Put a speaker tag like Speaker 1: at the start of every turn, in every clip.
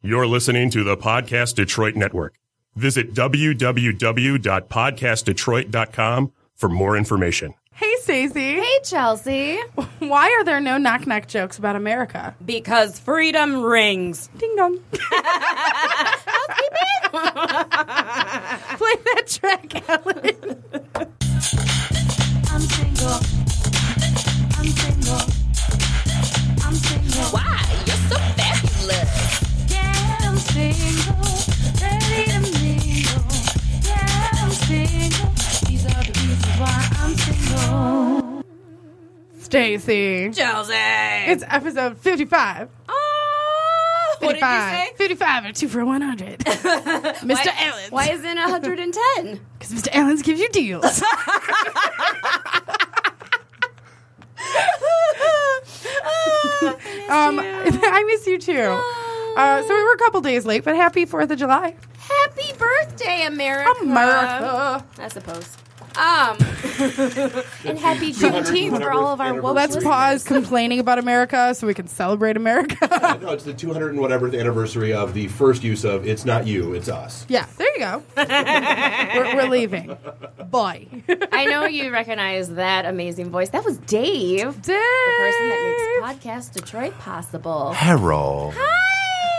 Speaker 1: You're listening to the Podcast Detroit Network. Visit www.podcastdetroit.com for more information.
Speaker 2: Hey, Stacey.
Speaker 3: Hey, Chelsea.
Speaker 2: Why are there no knock knock jokes about America?
Speaker 4: Because freedom rings.
Speaker 2: Ding dong. Play that track, Ellen.
Speaker 5: I'm single. I'm single. I'm single.
Speaker 6: Why? You're so fabulous.
Speaker 5: Yeah, I'm single. Ready to mingle. Yeah, I'm single. These are the reasons why I'm single.
Speaker 2: Stacey.
Speaker 4: Chelsea.
Speaker 2: It's episode 55.
Speaker 4: oh, what did you
Speaker 2: 55.
Speaker 4: say?
Speaker 2: 55 or 2 for 100. Mr. Allen.
Speaker 4: Why isn't it 110?
Speaker 2: Because Mr. Allen's gives you deals.
Speaker 4: Oh.
Speaker 2: Um, I miss you too. Uh, so we were a couple days late, but happy 4th of July.
Speaker 4: Happy birthday, America.
Speaker 2: America.
Speaker 4: I suppose. Um,
Speaker 3: And happy Juneteenth for all of our woke
Speaker 2: Let's
Speaker 3: listeners.
Speaker 2: pause complaining about America so we can celebrate America.
Speaker 7: No, it's the 200 and whatever anniversary of the first use of "It's not you, it's us."
Speaker 2: yeah, there you go. we're, we're leaving. Bye.
Speaker 4: I know you recognize that amazing voice. That was Dave.
Speaker 2: Dave.
Speaker 4: The person that makes Podcast Detroit possible.
Speaker 8: Harold.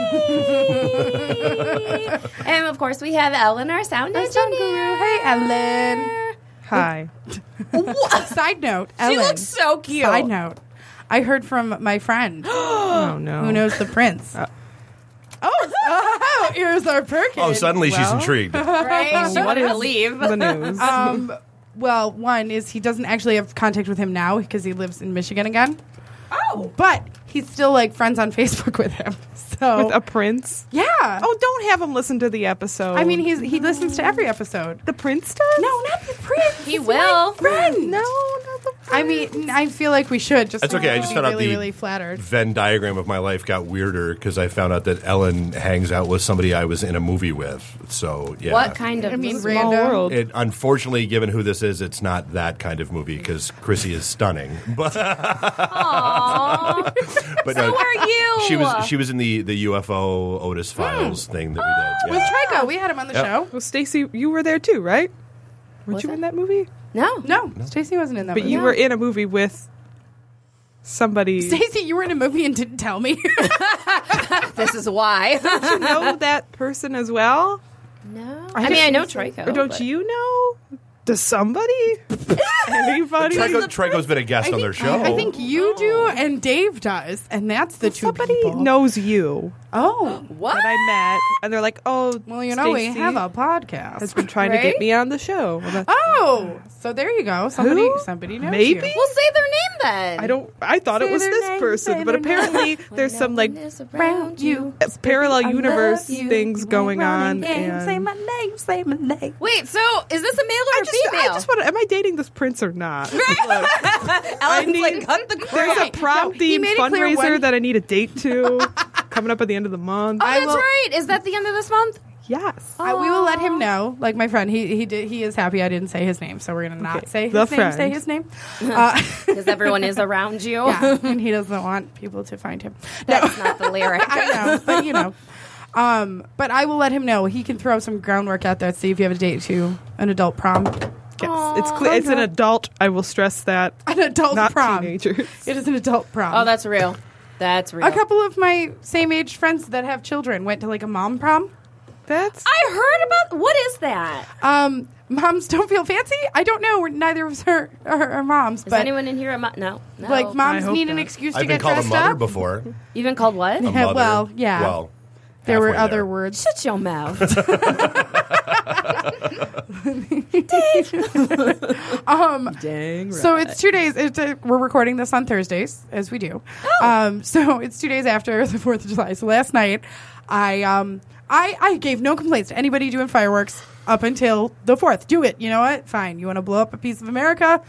Speaker 4: and of course, we have Ellen, our sound
Speaker 2: Our sound guru.
Speaker 4: engineer.
Speaker 2: Hey, Ellen. Hi. Side note, Ellen.
Speaker 4: She looks so cute.
Speaker 2: Side note, I heard from my friend
Speaker 9: Oh no!
Speaker 2: who knows the prince.
Speaker 9: Uh.
Speaker 2: oh, oh, ears are perking.
Speaker 8: Oh, suddenly she's
Speaker 2: Well,
Speaker 8: intrigued.
Speaker 4: Right? She wanted to leave.
Speaker 9: the news?
Speaker 2: Um, well, one is he doesn't actually have contact with him now because he lives in Michigan again. Oh, but he's still like friends on Facebook with him. So
Speaker 9: With a prince?
Speaker 2: yeah.
Speaker 9: Oh, don't have him listen to the episode.
Speaker 2: I mean, he's he listens to every episode.
Speaker 9: the prince does.
Speaker 2: No, not the prince.
Speaker 4: He will.
Speaker 2: friend.
Speaker 9: no, not the prince.
Speaker 2: I mean, I feel like we should. Just
Speaker 8: That's okay, I
Speaker 2: I'd
Speaker 8: just
Speaker 2: be
Speaker 8: found out
Speaker 2: really,
Speaker 8: the-
Speaker 2: really flattered.
Speaker 8: Venn diagram of my life got weirder because I found out that Ellen hangs out with somebody I was in a movie with. So yeah,
Speaker 4: What kind of
Speaker 2: I mean,
Speaker 9: Small
Speaker 2: random.
Speaker 9: world.
Speaker 8: It, unfortunately, given who this is, it's not that kind of movie because Chrissy is stunning. But
Speaker 4: Aw.
Speaker 8: but
Speaker 4: so
Speaker 8: no,
Speaker 4: are you?
Speaker 8: she was she was in the the UFO Otis
Speaker 2: Hmm.
Speaker 8: Files thing that we did.
Speaker 2: With
Speaker 8: yeah.
Speaker 2: Trico, we had him on the
Speaker 8: Yep.
Speaker 2: show.
Speaker 9: well, Stacy, you were there too, right? Weren't
Speaker 4: Was
Speaker 9: you
Speaker 4: I?
Speaker 9: in that movie?
Speaker 4: no.
Speaker 2: No, Stacey wasn't in that.
Speaker 9: But you were in a movie with somebody.
Speaker 2: Stacey. You were in a movie and didn't tell me.
Speaker 4: This is why.
Speaker 9: you know that person as well,
Speaker 4: no.
Speaker 9: I
Speaker 4: I, mean, I know
Speaker 9: just-
Speaker 4: Trico.
Speaker 9: or don't
Speaker 4: but-
Speaker 9: you know? Does somebody? Anybody?
Speaker 8: Trico, Trico's been a guest on their show.
Speaker 2: I
Speaker 9: Oh.
Speaker 2: think you do and Dave does, and that's the two
Speaker 9: Somebody
Speaker 2: people.
Speaker 9: knows you
Speaker 2: Oh,
Speaker 4: What?
Speaker 9: that I met, and they're like, "Oh,
Speaker 2: well, you know we
Speaker 9: Stacey
Speaker 2: have a
Speaker 9: has
Speaker 2: podcast.
Speaker 9: been trying to
Speaker 4: Right?
Speaker 9: get me on the show." Well, that's-
Speaker 2: Oh, so there you go. Somebody,
Speaker 9: Who?
Speaker 2: somebody knows
Speaker 9: Maybe?
Speaker 2: you.
Speaker 4: Well, say their name then.
Speaker 9: I don't. I thought it
Speaker 2: Say
Speaker 9: was
Speaker 2: their
Speaker 9: this
Speaker 2: name, say
Speaker 9: person, but
Speaker 2: their
Speaker 9: apparently there's some like
Speaker 2: Round you.
Speaker 9: parallel universe things going on. and
Speaker 2: Say my name. Say my name.
Speaker 4: Wait, so is this a male or
Speaker 9: I
Speaker 4: a
Speaker 9: just,
Speaker 4: female?
Speaker 9: I just want to. Am I dating this prince or not?
Speaker 4: Ellen's
Speaker 9: need-
Speaker 4: like, cut the crap.
Speaker 9: There's a prom
Speaker 2: he
Speaker 9: themed
Speaker 2: made it clear
Speaker 9: fundraiser
Speaker 2: when-
Speaker 9: that I need a date to coming up at the end of the month.
Speaker 4: Oh, that's
Speaker 2: will-
Speaker 4: right. Is that the end of this month?
Speaker 9: yes.
Speaker 2: I, we will let him know. Like my friend, he he did, he is happy I didn't say his name, so we're gonna not
Speaker 9: Okay.
Speaker 2: say his
Speaker 9: The
Speaker 2: name.
Speaker 9: friend.
Speaker 2: Say his name. Uh,
Speaker 4: Because everyone is around you.
Speaker 2: yeah, and he doesn't want people to find him.
Speaker 4: That's not the lyric.
Speaker 2: I know, but you know. Um, but I will let him know. He can throw some groundwork out there. See if you have a date to an adult prom,
Speaker 9: Yes. it's clear. It's an adult. I will stress that.
Speaker 2: an adult
Speaker 9: Not
Speaker 2: prom.
Speaker 9: teenagers.
Speaker 2: It is an adult prom.
Speaker 4: Oh, that's real. That's real.
Speaker 2: a couple of my same age friends that have children went to like a mom prom.
Speaker 9: That's
Speaker 4: I heard about what is that?
Speaker 2: Um, moms don't feel fancy. I don't know. We're, neither of us are, are, are moms,
Speaker 4: Is
Speaker 2: but
Speaker 4: anyone in here a mom? No, no.
Speaker 2: like moms
Speaker 9: I hope
Speaker 2: need an
Speaker 9: not.
Speaker 2: excuse to
Speaker 8: I've been
Speaker 2: get
Speaker 8: called a
Speaker 2: dressed
Speaker 8: mother
Speaker 2: up.
Speaker 8: before.
Speaker 4: You've been called what?
Speaker 8: A
Speaker 2: Yeah,
Speaker 8: mother.
Speaker 2: well, yeah.
Speaker 8: Well,
Speaker 2: there were
Speaker 8: halfway
Speaker 2: other
Speaker 8: there.
Speaker 2: words.
Speaker 4: Shut your mouth.
Speaker 9: dang. Right.
Speaker 2: So it's two days. It's uh we're recording this on Thursdays, as we do. Um, so it's two days after the Fourth of July. So last night, I um, I I gave no complaints to anybody doing fireworks up until the fourth. Do it. You know what? Fine. You want to blow up a piece of America?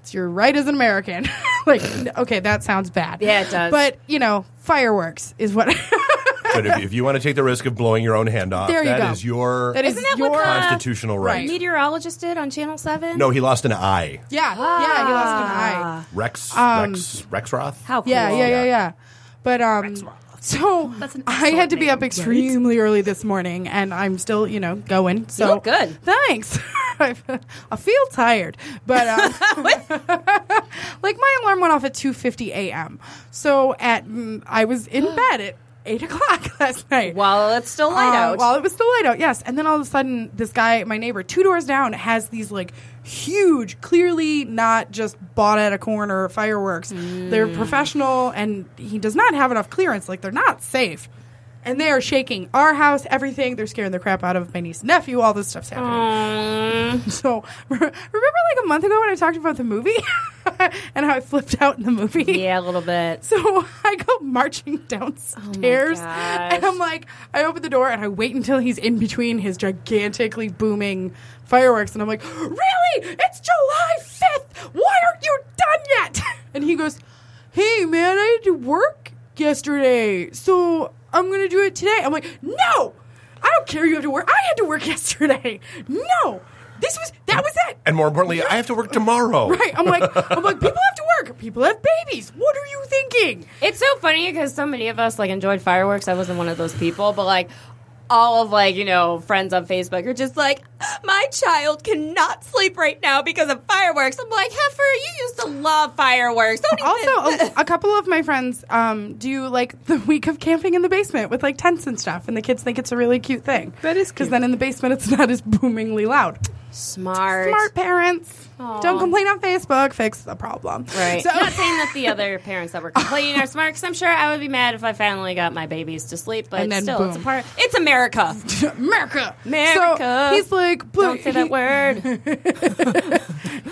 Speaker 2: It's your right as an American. like, n- okay, that sounds bad.
Speaker 4: Yeah, it does.
Speaker 2: But you know, fireworks is what.
Speaker 8: But if, if you want to take the risk of blowing your own hand off, that
Speaker 2: There
Speaker 8: is
Speaker 2: you go.
Speaker 8: your
Speaker 2: that is
Speaker 4: Isn't that
Speaker 2: your
Speaker 4: what the-
Speaker 8: constitutional right.
Speaker 2: Right.
Speaker 4: Meteorologist did on Channel Seven.
Speaker 8: No, he lost an eye.
Speaker 2: yeah yeah. You lost an eye. Um,
Speaker 8: Rex Rex Rex Roth.
Speaker 4: How cool.
Speaker 2: Yeah, yeah, yeah, yeah. But um, So
Speaker 3: That's an
Speaker 2: I had to be
Speaker 3: excellent
Speaker 2: up
Speaker 3: name,
Speaker 2: extremely early this morning, and I'm still, you know, going. So
Speaker 4: look good.
Speaker 2: Thanks. I feel tired, but um, like my alarm went off at 2:50 a.m. So at mm, I was in bed at eight o'clock last night.
Speaker 4: While it's still light
Speaker 2: Uh,
Speaker 4: out.
Speaker 2: While it was still light out, yes. And then all of a sudden, this guy, my neighbor, two doors down, has these like huge, clearly not just bought at a corner fireworks. They're
Speaker 4: Mm.
Speaker 2: professional, and he does not have enough clearance. Like they're not safe. And they are shaking our house, everything. They're scaring the crap out of my niece and nephew. All this stuff's happening. So remember, like a month ago when I talked about the movie and how I flipped out in the movie.
Speaker 4: yeah, a little bit.
Speaker 2: So I go marching downstairs,
Speaker 4: gosh.
Speaker 2: and I'm like, I open the door and I wait until he's in between his gigantically booming fireworks, and I'm like, really? It's July 5th. Why aren't you done yet? And he goes, Hey man, I had to work yesterday, so I'm gonna do it today. I'm like, No, I don't care. You have to work. I had to work yesterday. No, this was that was it.
Speaker 8: And more importantly, I have to work tomorrow.
Speaker 2: Right. I'm like, I'm like, people have to work. People have babies. What are you thinking?
Speaker 4: It's so funny because so many of us like enjoyed fireworks. I wasn't one of those people, but like all of like you know friends on Facebook are just like, my child cannot sleep right now because of fireworks. I'm like, Heifer, you used to love fireworks. Don't
Speaker 2: also
Speaker 4: even.
Speaker 2: oh, a, a couple of my friends um, do like the week of camping in the basement with like tents and stuff and the kids think it's a really cute thing
Speaker 9: That is
Speaker 2: because
Speaker 9: cute.
Speaker 2: then in the basement it's not as boomingly loud
Speaker 4: smart,
Speaker 2: smart parents
Speaker 4: Aw.
Speaker 2: don't complain on facebook fix the problem
Speaker 4: Right.
Speaker 2: so
Speaker 4: Not saying that the other parents that were complaining are smart, because I'm sure I would be mad if I finally got my babies to sleep. But
Speaker 2: And then
Speaker 4: still, it's a
Speaker 2: boom.
Speaker 4: part. It's America.
Speaker 2: america
Speaker 4: America.
Speaker 2: so he's like but
Speaker 4: Don't say that
Speaker 2: he-
Speaker 4: word.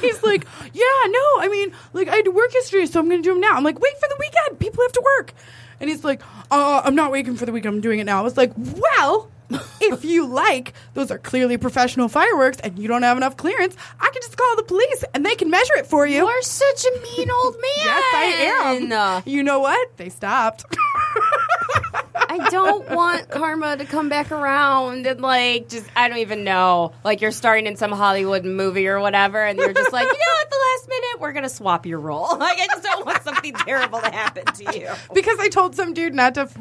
Speaker 2: he's like yeah no i mean like i had to work yesterday so i'm gonna do them now i'm like wait for the weekend people have to work and he's like uh, i'm not waiting for the weekend i'm doing it now i was like well if you like those are clearly professional fireworks and you don't have enough clearance i can just call the police and they can measure it for you
Speaker 4: You're such a mean old man.
Speaker 2: yes i am you know what they stopped
Speaker 4: I don't want karma to come back around and like just I don't even know. Like you're starting in some Hollywood movie or whatever, and they're just like, you know, at the last minute, we're gonna swap your role. Like I just don't want something terrible to happen to you.
Speaker 2: because I told some dude not to f-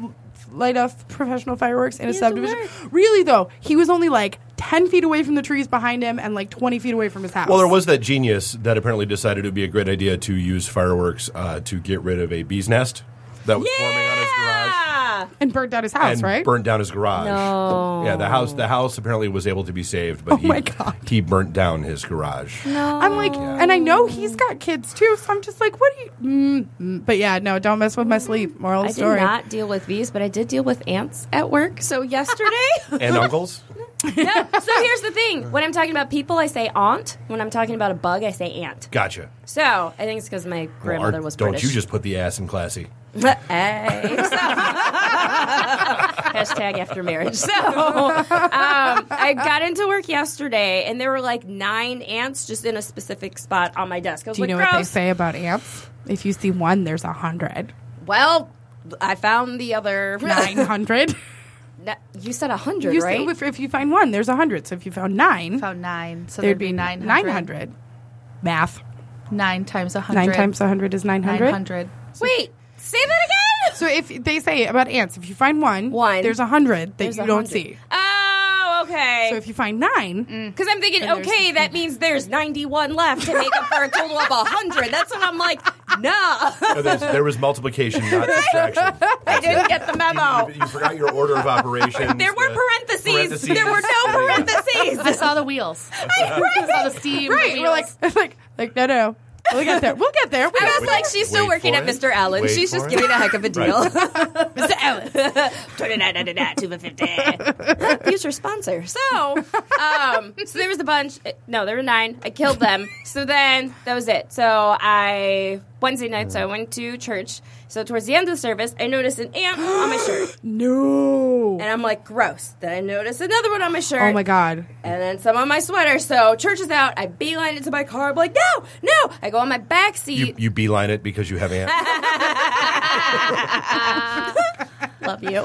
Speaker 2: light off professional fireworks in a subdivision. Really though, he was only like ten feet away from the trees behind him and like twenty feet away from his house.
Speaker 8: Well, there was that genius that apparently decided it would be a great idea to use fireworks uh, to get rid of a bee's nest that was forming on his garage
Speaker 4: Yeah.
Speaker 2: and burned out his house,
Speaker 8: and
Speaker 2: right?
Speaker 8: burnt down his garage.
Speaker 4: No.
Speaker 8: Yeah, the house the house apparently was able to be saved, but he,
Speaker 2: Oh my God.
Speaker 8: he burnt down his garage.
Speaker 2: I'm like, and I know he's got kids too, so I'm just like, what do you? Mm, mm. But yeah, no, don't mess with my sleep. Moral
Speaker 4: I
Speaker 2: of
Speaker 4: did
Speaker 2: story.
Speaker 4: not deal with bees, but I did deal with ants at work. So yesterday,
Speaker 8: And uncles?
Speaker 4: no. So here's the thing: when I'm talking about people, I say aunt. When I'm talking about a bug, I say ant.
Speaker 8: Gotcha.
Speaker 4: So I think it's because my
Speaker 8: Well,
Speaker 4: grandmother
Speaker 8: Art,
Speaker 4: was
Speaker 8: don't
Speaker 4: British.
Speaker 8: you just put the ass in classy.
Speaker 4: Hey. So- Hashtag after marriage. So um, I got into work yesterday, and there were like nine ants just in a specific spot on my desk. I was
Speaker 2: do you
Speaker 4: like,
Speaker 2: know what they
Speaker 4: "Gross."
Speaker 2: say about ants? If you see one, there's a hundred.
Speaker 4: Well, I found the other
Speaker 2: Nine hundred.
Speaker 4: No, you said a hundred,
Speaker 2: You
Speaker 4: right?
Speaker 2: see, if, if you find one, there's a hundred. So if you found nine,
Speaker 3: Found nine. So
Speaker 2: there'd
Speaker 3: there'd
Speaker 2: be
Speaker 3: be
Speaker 2: nine
Speaker 3: 900.
Speaker 2: hundred. Math.
Speaker 3: Nine times a hundred.
Speaker 2: Nine times a hundred is nine hundred.
Speaker 3: 900.
Speaker 4: Wait, say that again.
Speaker 2: So if they say about ants, if you find one,
Speaker 4: One.
Speaker 2: there's a hundred that
Speaker 4: There's
Speaker 2: you
Speaker 4: a
Speaker 2: don't
Speaker 4: hundred.
Speaker 2: see.
Speaker 4: Oh, okay. Mm.
Speaker 2: So if you find nine,
Speaker 4: Because I'm thinking,
Speaker 2: And there's-
Speaker 4: okay, that means there's 91 left to make up for a total of 100. That's when I'm like, nah,
Speaker 8: No, there's- there was multiplication, not subtraction.
Speaker 4: I didn't get the memo.
Speaker 8: You, you forgot your order of operations.
Speaker 4: There were
Speaker 8: the
Speaker 4: parentheses.
Speaker 8: parentheses.
Speaker 4: There were no
Speaker 3: I
Speaker 4: parentheses.
Speaker 3: saw the wheels. I saw the steam.
Speaker 2: right? We're like, it's like, like no, no, we'll get there. We'll get there. We'll
Speaker 4: I
Speaker 2: get
Speaker 4: was
Speaker 8: Wait-
Speaker 4: like, she's still
Speaker 8: wait
Speaker 4: working
Speaker 8: for
Speaker 4: at
Speaker 8: it.
Speaker 4: Mr. Allen.
Speaker 8: Wait
Speaker 4: she's
Speaker 8: for
Speaker 4: just
Speaker 8: it.
Speaker 4: giving a heck of a deal.
Speaker 8: Right.
Speaker 4: Mr. Allen. 29, 99, 250. Future sponsor. So, um, so there was a bunch. uh, No, there were nine. I killed them. So then that was it. So I, Wednesday night, so I went to church. So towards the end of the service, I noticed an ant on my shirt.
Speaker 2: no.
Speaker 4: And I'm like, gross. Then I noticed another one on my shirt
Speaker 2: Oh my god.
Speaker 4: and then some on my sweater. So church is out. I beeline into my car. I'm like, no, no. I go on my back
Speaker 8: You,
Speaker 4: seat.
Speaker 8: you beeline it because you have ants.
Speaker 4: Love you. you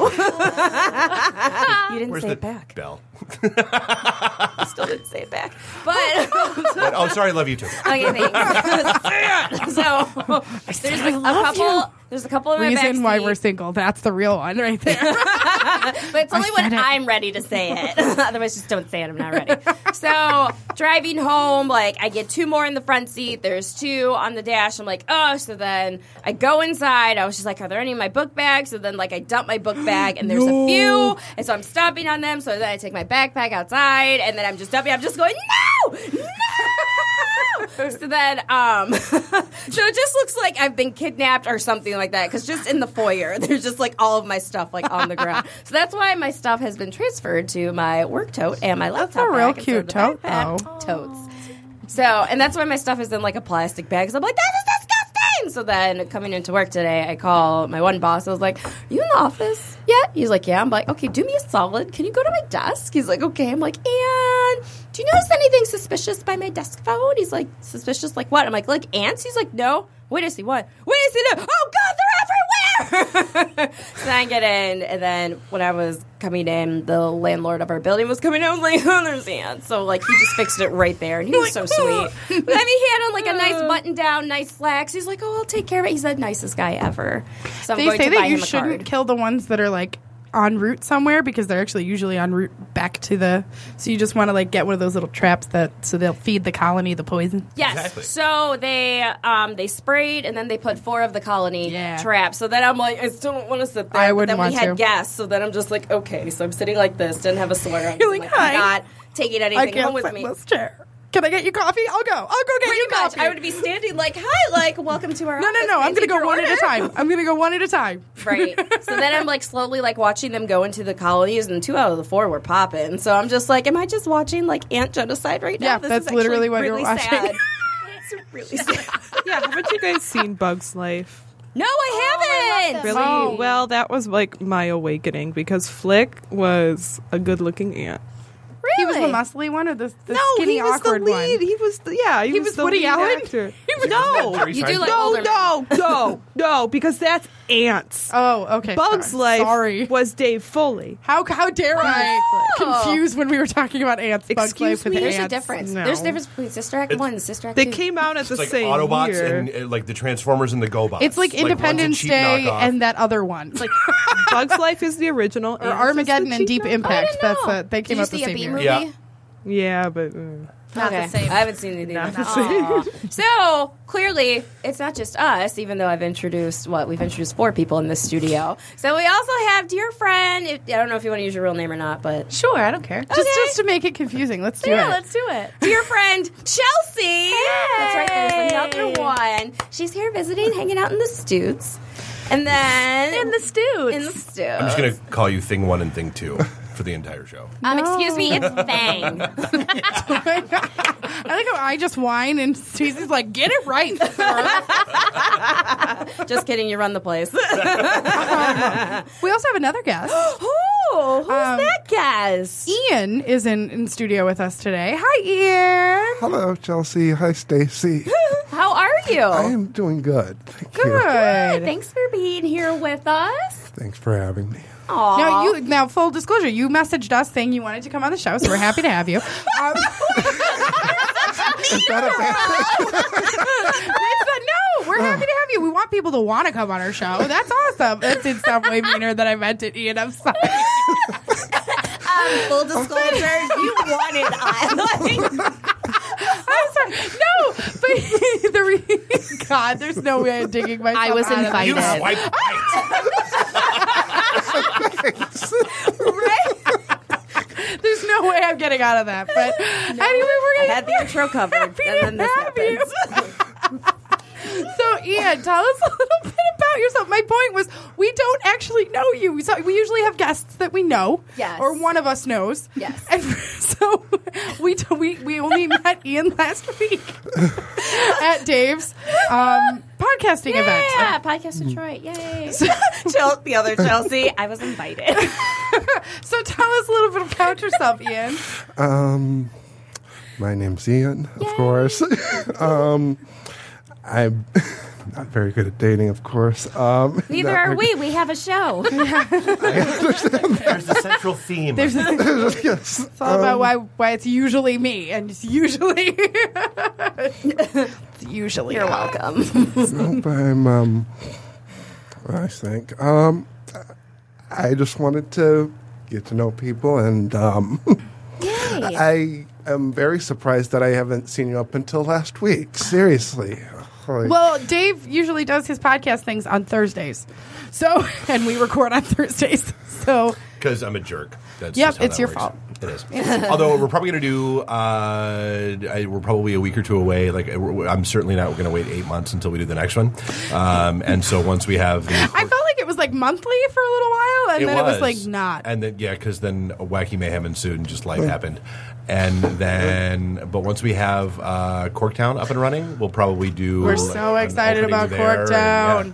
Speaker 4: didn't
Speaker 8: Where's
Speaker 4: say
Speaker 8: the
Speaker 4: it back.
Speaker 8: bell?
Speaker 4: You still didn't say it back. But
Speaker 8: But, oh, sorry, love you too.
Speaker 4: okay, thanks. so there's like a couple. There's There's a couple in my back
Speaker 2: Reason why
Speaker 4: seat,
Speaker 2: we're single. That's the real one right there.
Speaker 4: but it's only when
Speaker 2: said it.
Speaker 4: I'm ready to say it. Otherwise, just don't say it. I'm not ready. So driving home, like I get two more in the front seat. There's two on the dash. I'm like, oh. So then I go inside. I was just like, are there any in my book bag? So then like I dump my book bag, and there's a few. And so I'm stomping on them. So then I take my backpack outside, and then I'm just dumping. I'm just going, no, no. So then, um, so it just looks like I've been kidnapped or something like that. Because just in the foyer, there's just like all of my stuff like on the ground. So that's why my stuff has been transferred to my work tote and my laptop.
Speaker 2: a real
Speaker 4: bag instead of
Speaker 2: cute
Speaker 4: the
Speaker 2: tote, though.
Speaker 4: backpack. Totes. So, and that's why my stuff is in like a plastic bag. Because I'm like, that is disgusting. So then, coming into work today, I call my one boss. I was like, "You in the office yet?" He's like, "Yeah." I'm like, "Okay, do me a solid. Can you go to my desk?" He's like, "Okay." I'm like, "And do you notice anything suspicious by my desk phone?" He's like, "Suspicious? Like what?" I'm like, "Like ants." He's like, "No." Wait a see what? Wait a see no. Oh God, they're everywhere so then I get in, and then when I was coming in, the landlord of our building was coming out like, oh, there's ants. So like, he just fixed it right there, and he was so
Speaker 2: oh.
Speaker 4: sweet. But I mean, he had on like a nice button down, nice slacks. He's like, oh, I'll take care of it. He's the nicest guy ever. So I'm
Speaker 2: they
Speaker 4: going
Speaker 2: say
Speaker 4: to buy
Speaker 2: that you
Speaker 4: him a
Speaker 2: shouldn't
Speaker 4: card.
Speaker 2: kill the ones that are like en route somewhere because they're actually usually en route back to the. So you just want to like get one of those little traps that so they'll feed the colony the poison.
Speaker 4: Yes. So they um, they sprayed and then they put four of the colony
Speaker 2: Yeah.
Speaker 4: traps. So then I'm like, I still don't want to sit there.
Speaker 2: I
Speaker 4: But
Speaker 2: wouldn't
Speaker 4: then
Speaker 2: want
Speaker 4: we had
Speaker 2: to.
Speaker 4: guests, so then I'm just like, okay. So I'm sitting like this, didn't have a sweater on.
Speaker 2: You're
Speaker 4: 'cause
Speaker 2: like,
Speaker 4: I'm, I'm
Speaker 2: "Hi.
Speaker 4: not taking
Speaker 2: I
Speaker 4: anything
Speaker 2: can't
Speaker 4: home with
Speaker 2: sit
Speaker 4: me.
Speaker 2: in this chair. Can I get you coffee? I'll go. I'll go get you
Speaker 4: Pretty much,
Speaker 2: coffee.
Speaker 4: I would be standing like, "Hi, like, welcome to our."
Speaker 2: no, no,
Speaker 4: office.
Speaker 2: no.
Speaker 4: May I
Speaker 2: I'm gonna
Speaker 4: take
Speaker 2: go
Speaker 4: your
Speaker 2: one at a
Speaker 4: order?"
Speaker 2: time. I'm gonna go one at a time.
Speaker 4: Right. So then I'm like slowly like watching them go into the colonies, and two out of the four were popping. So I'm just like, "Am I just watching like ant genocide right now?"
Speaker 2: Yeah, that's literally
Speaker 4: actually
Speaker 2: what you're
Speaker 4: really
Speaker 2: watching.
Speaker 4: Sad. it's really sad.
Speaker 9: Yeah, haven't you guys seen Bugs Life?
Speaker 4: No, Oh, I haven't.
Speaker 9: Really? Well, that was like my awakening because Flick was a good-looking ant.
Speaker 4: really?
Speaker 2: He was the muscly one or the, the skinny
Speaker 9: he was
Speaker 2: awkward
Speaker 9: the lead.
Speaker 2: one.
Speaker 9: He was the, yeah, he,
Speaker 2: was
Speaker 9: was, the
Speaker 2: Woody
Speaker 9: lead
Speaker 2: Allen?
Speaker 9: actor.
Speaker 4: no, you do like
Speaker 9: no,
Speaker 4: older men.
Speaker 9: no, no, no, because that's ants.
Speaker 2: Oh, okay.
Speaker 9: Bugs
Speaker 2: sorry.
Speaker 9: Life
Speaker 2: Sorry.
Speaker 9: was Dave Foley.
Speaker 2: How how dare I confuse when we were talking about ants? Bugs
Speaker 9: Excuse
Speaker 2: Life with
Speaker 9: me?
Speaker 4: There's a
Speaker 2: ants.
Speaker 4: difference.
Speaker 9: No.
Speaker 4: There's a difference between Sister Act One and Sister Act
Speaker 9: They
Speaker 4: Two.
Speaker 9: came out at the
Speaker 8: It's like
Speaker 9: same
Speaker 8: Autobots
Speaker 9: year.
Speaker 8: and uh, like the Transformers and the GoBots.
Speaker 2: It's like
Speaker 8: one's a
Speaker 2: Independence
Speaker 8: cheap
Speaker 2: Day
Speaker 8: knockoff.
Speaker 2: and that other one, like
Speaker 9: Bugs Life is the original.
Speaker 2: or
Speaker 9: Ants is
Speaker 2: Armageddon
Speaker 9: the
Speaker 2: and
Speaker 9: cheap
Speaker 2: Deep
Speaker 9: one.
Speaker 2: Impact.
Speaker 4: I
Speaker 2: That's
Speaker 4: don't know.
Speaker 2: a, they came
Speaker 4: Did you
Speaker 2: out the
Speaker 4: see a
Speaker 2: same
Speaker 4: B
Speaker 2: year.
Speaker 4: movie?
Speaker 8: Yeah.
Speaker 9: Yeah, but mm.
Speaker 6: Not
Speaker 4: okay.
Speaker 6: the same.
Speaker 4: I haven't seen it either.
Speaker 9: Not the
Speaker 4: Aw. so clearly, it's not just us. Even though I've introduced what we've introduced four people in this studio. So we also have dear friend. If, I don't know if you want to use your real name or not, but
Speaker 6: Sure, I don't care.
Speaker 2: Just just to make it confusing, let's do
Speaker 6: yeah,
Speaker 2: it.
Speaker 6: let's do it.
Speaker 4: dear friend Chelsea. That's right. There's another one. She's here visiting, hanging out in the stoods, and then
Speaker 6: In the
Speaker 4: in the
Speaker 6: stoots.
Speaker 4: stoods.
Speaker 8: I'm just gonna call you Thing One and Thing Two for the entire show.
Speaker 4: Um, excuse me, it's Fang.
Speaker 2: I like how I just whine and Stacey's like, get it right. Sarah."
Speaker 4: just kidding. You run the place.
Speaker 2: we also have another guest.
Speaker 4: Who? Who's that guest?
Speaker 2: Ian is in, in studio with us today. Hi, Ian.
Speaker 10: Hello, Chelsea. Hi, Stacy.
Speaker 4: How are you?
Speaker 10: I am doing good. Thank you.
Speaker 2: Good.
Speaker 4: Thanks for being here with us.
Speaker 10: Thanks for having me.
Speaker 4: Aww.
Speaker 2: Now, you, now, full disclosure, you messaged us saying you wanted to come on the show, so we're happy to have you. Um,
Speaker 10: Is that a bad thing?
Speaker 2: I said, no, we're happy to have you. We want people to want to come on our show. That's awesome. That did sound way meaner than I meant it, Ian. I'm sorry.
Speaker 4: full disclosure, you wanted us.
Speaker 2: I'm sorry. No, but the re- God, there's no way I'm digging myself.
Speaker 6: I was
Speaker 2: out of this.
Speaker 6: invited.
Speaker 8: You swipe right.
Speaker 2: There's no way I'm getting out of that. But anyway, we're
Speaker 4: I
Speaker 2: gonna
Speaker 4: had the intro covered,
Speaker 2: happy
Speaker 4: and
Speaker 2: to
Speaker 4: then this
Speaker 2: have you. so, Ian, tell us a little bit about yourself. My point was, we don't actually know you. So we usually have guests that we know,
Speaker 4: Yes.
Speaker 2: or one of us knows.
Speaker 4: Yes.
Speaker 2: and so we do- we we only met Ian last week at Dave's um, podcasting event.
Speaker 4: yeah, Podcast Detroit. Yay. Chel- the other Chelsea, I was invited.
Speaker 2: So tell us a little bit about yourself, Ian.
Speaker 10: Um, my name's Ian, of course. um, I'm not very good at dating, of course. Um,
Speaker 4: Neither
Speaker 10: not
Speaker 4: are we.
Speaker 10: very-
Speaker 4: We have a show.
Speaker 8: There's the central theme.
Speaker 2: There's it's
Speaker 10: yes.
Speaker 2: all
Speaker 4: Um,
Speaker 2: about why why it's usually me and it's usually it's usually
Speaker 4: You're welcome.
Speaker 10: Nope, I'm um, I think. Um, I just wanted to get to know people, and um, I am very surprised that I haven't seen you up until last week. Seriously. Like,
Speaker 2: Well, Dave usually does his podcast things on Thursdays. So, and we record on Thursdays. So,
Speaker 8: Because I'm a jerk. That's
Speaker 2: Yep,
Speaker 8: just how
Speaker 2: it's
Speaker 8: that
Speaker 2: your
Speaker 8: works.
Speaker 2: fault.
Speaker 8: It is. Although we're probably going to do, uh, I, we're probably a week or two away. Like we're- I'm certainly not going to wait eight months until we do the next one. Um, and so once we have, the,
Speaker 2: I felt like it was like monthly for a little while, and then it was like not.
Speaker 8: And then yeah, because then a wacky mayhem ensued and just life happened. And then, but once we have uh, Corktown up and running, we'll probably do.
Speaker 2: We're so
Speaker 8: an
Speaker 2: excited
Speaker 8: opening
Speaker 2: about
Speaker 8: there
Speaker 2: Corktown.
Speaker 8: and,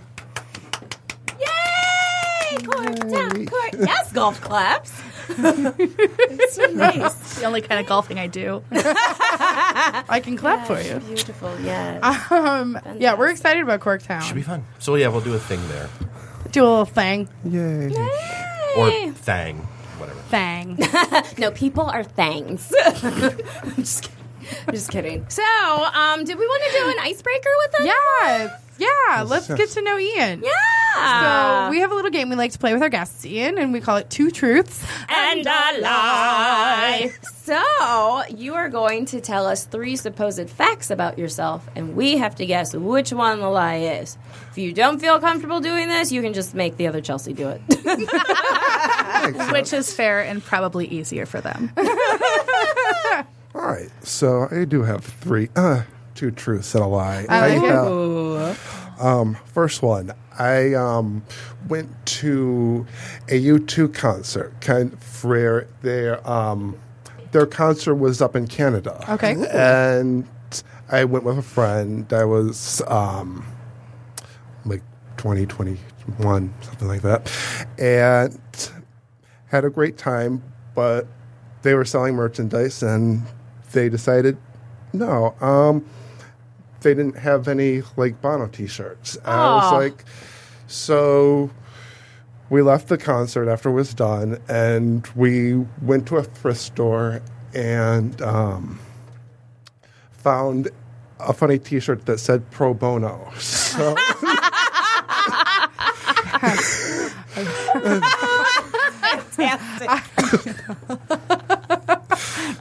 Speaker 4: Yay! Court, down, court. Yes, golf claps.
Speaker 3: It's so nice. It's the only kind of golfing I do.
Speaker 2: I can clap for you.
Speaker 4: Beautiful, yes.
Speaker 2: Um, yeah, we're excited about Corktown.
Speaker 8: Should be fun. So yeah, we'll do a thing there
Speaker 2: Do a little thing.
Speaker 10: yay.
Speaker 8: or thang, whatever.
Speaker 2: Thing.
Speaker 4: no, people are thangs. I'm just kidding. I'm just kidding. So, um, did we want to do an icebreaker with them?
Speaker 2: yes. Yeah. Let's
Speaker 10: yes.
Speaker 2: get to know Ian.
Speaker 4: Yeah.
Speaker 3: Uh,
Speaker 2: So, we have a little game we like to play with our guests, Ian, and we call it Two Truths.
Speaker 4: and a lie. So you are going to tell us three supposed facts about yourself, and we have to guess which one the lie is. If you don't feel comfortable doing this, you can just make the other Chelsea do it.
Speaker 3: Which is fair and probably easier for them.
Speaker 10: All right. So I do have three, uh, two truths and a lie.
Speaker 2: I like it.
Speaker 10: uh, um, first one, I um, went to a U2 concert. Kind of rare. Their um, their concert was up in Canada.
Speaker 2: Okay. Ooh.
Speaker 10: And I went with a friend. I was um, like 20, 21, something like that, and had a great time. But they were selling merchandise, and they decided, no, um, they didn't have any like Bono T-shirts. And I was
Speaker 4: Aw.
Speaker 10: like, so we left the concert after it was done, and we went to a thrift store and um, found a funny T-shirt that said pro bono. So.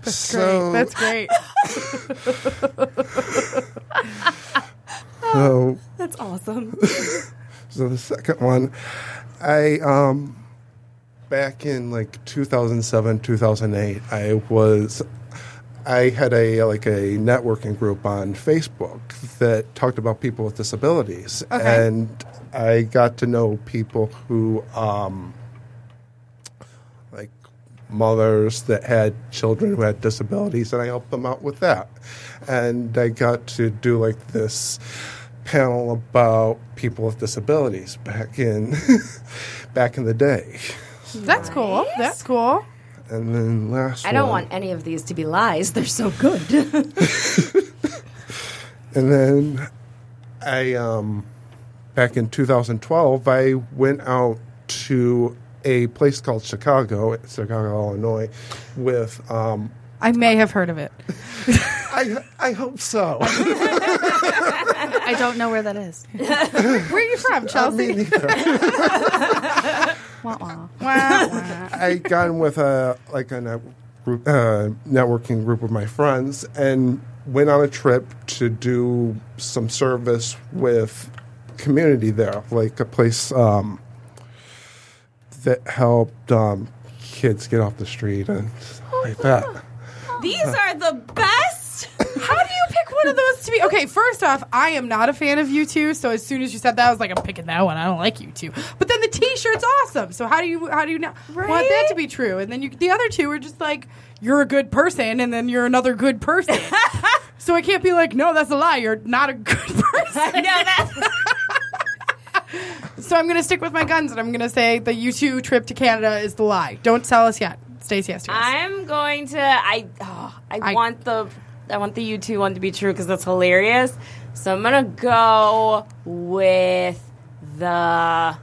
Speaker 10: so,
Speaker 2: That's great.
Speaker 10: so
Speaker 4: That's awesome.
Speaker 10: So the second one, I um, back in like 2007, 2008, I was, I had a like a networking group on Facebook that talked about people with disabilities,
Speaker 2: Okay.
Speaker 10: and I got to know people who um, like mothers that had children who had disabilities, and I helped them out with that. And I got to do like this panel about people with disabilities back in back in the day.
Speaker 2: That's cool. That's cool.
Speaker 10: And then last,
Speaker 4: I don't
Speaker 10: one-
Speaker 4: want any of these to be lies. They're so good.
Speaker 10: And then I, um, back in 2012, I went out to a place called Chicago, Chicago, Illinois, with um,
Speaker 2: I may have heard of it.
Speaker 10: I I hope so.
Speaker 3: I don't know where that is.
Speaker 2: Where are you from,
Speaker 10: Not me
Speaker 2: Chelsea?
Speaker 10: neither.
Speaker 3: Wah, wah.
Speaker 2: Wow. wow.
Speaker 10: I got in with a like a net- group, uh, networking group with my friends and went on a trip to do some service with community there, like a place um, that helped um, kids get off the street and stuff like that.
Speaker 4: these are the best.
Speaker 2: How do you pick one of those to be? Okay, first off, I am not a fan of you two. So as soon as you said that, I was like, I'm picking that one. I don't like you two. But then the T-shirt's awesome. So how do you how do you not want that to be true? And then you, the other two are just like, you're a good person, and then you're another good person. so I can't be like, no, that's a lie. You're not a good person.
Speaker 4: No, that's
Speaker 2: so I'm gonna stick with my guns, and I'm gonna say the you two trip to Canada is the lie. Don't tell us yet. Stacey has to. guess.
Speaker 4: I'm going to. I oh, I,
Speaker 2: I-
Speaker 4: want the I want the U two one to be true because that's hilarious. So I'm gonna go with the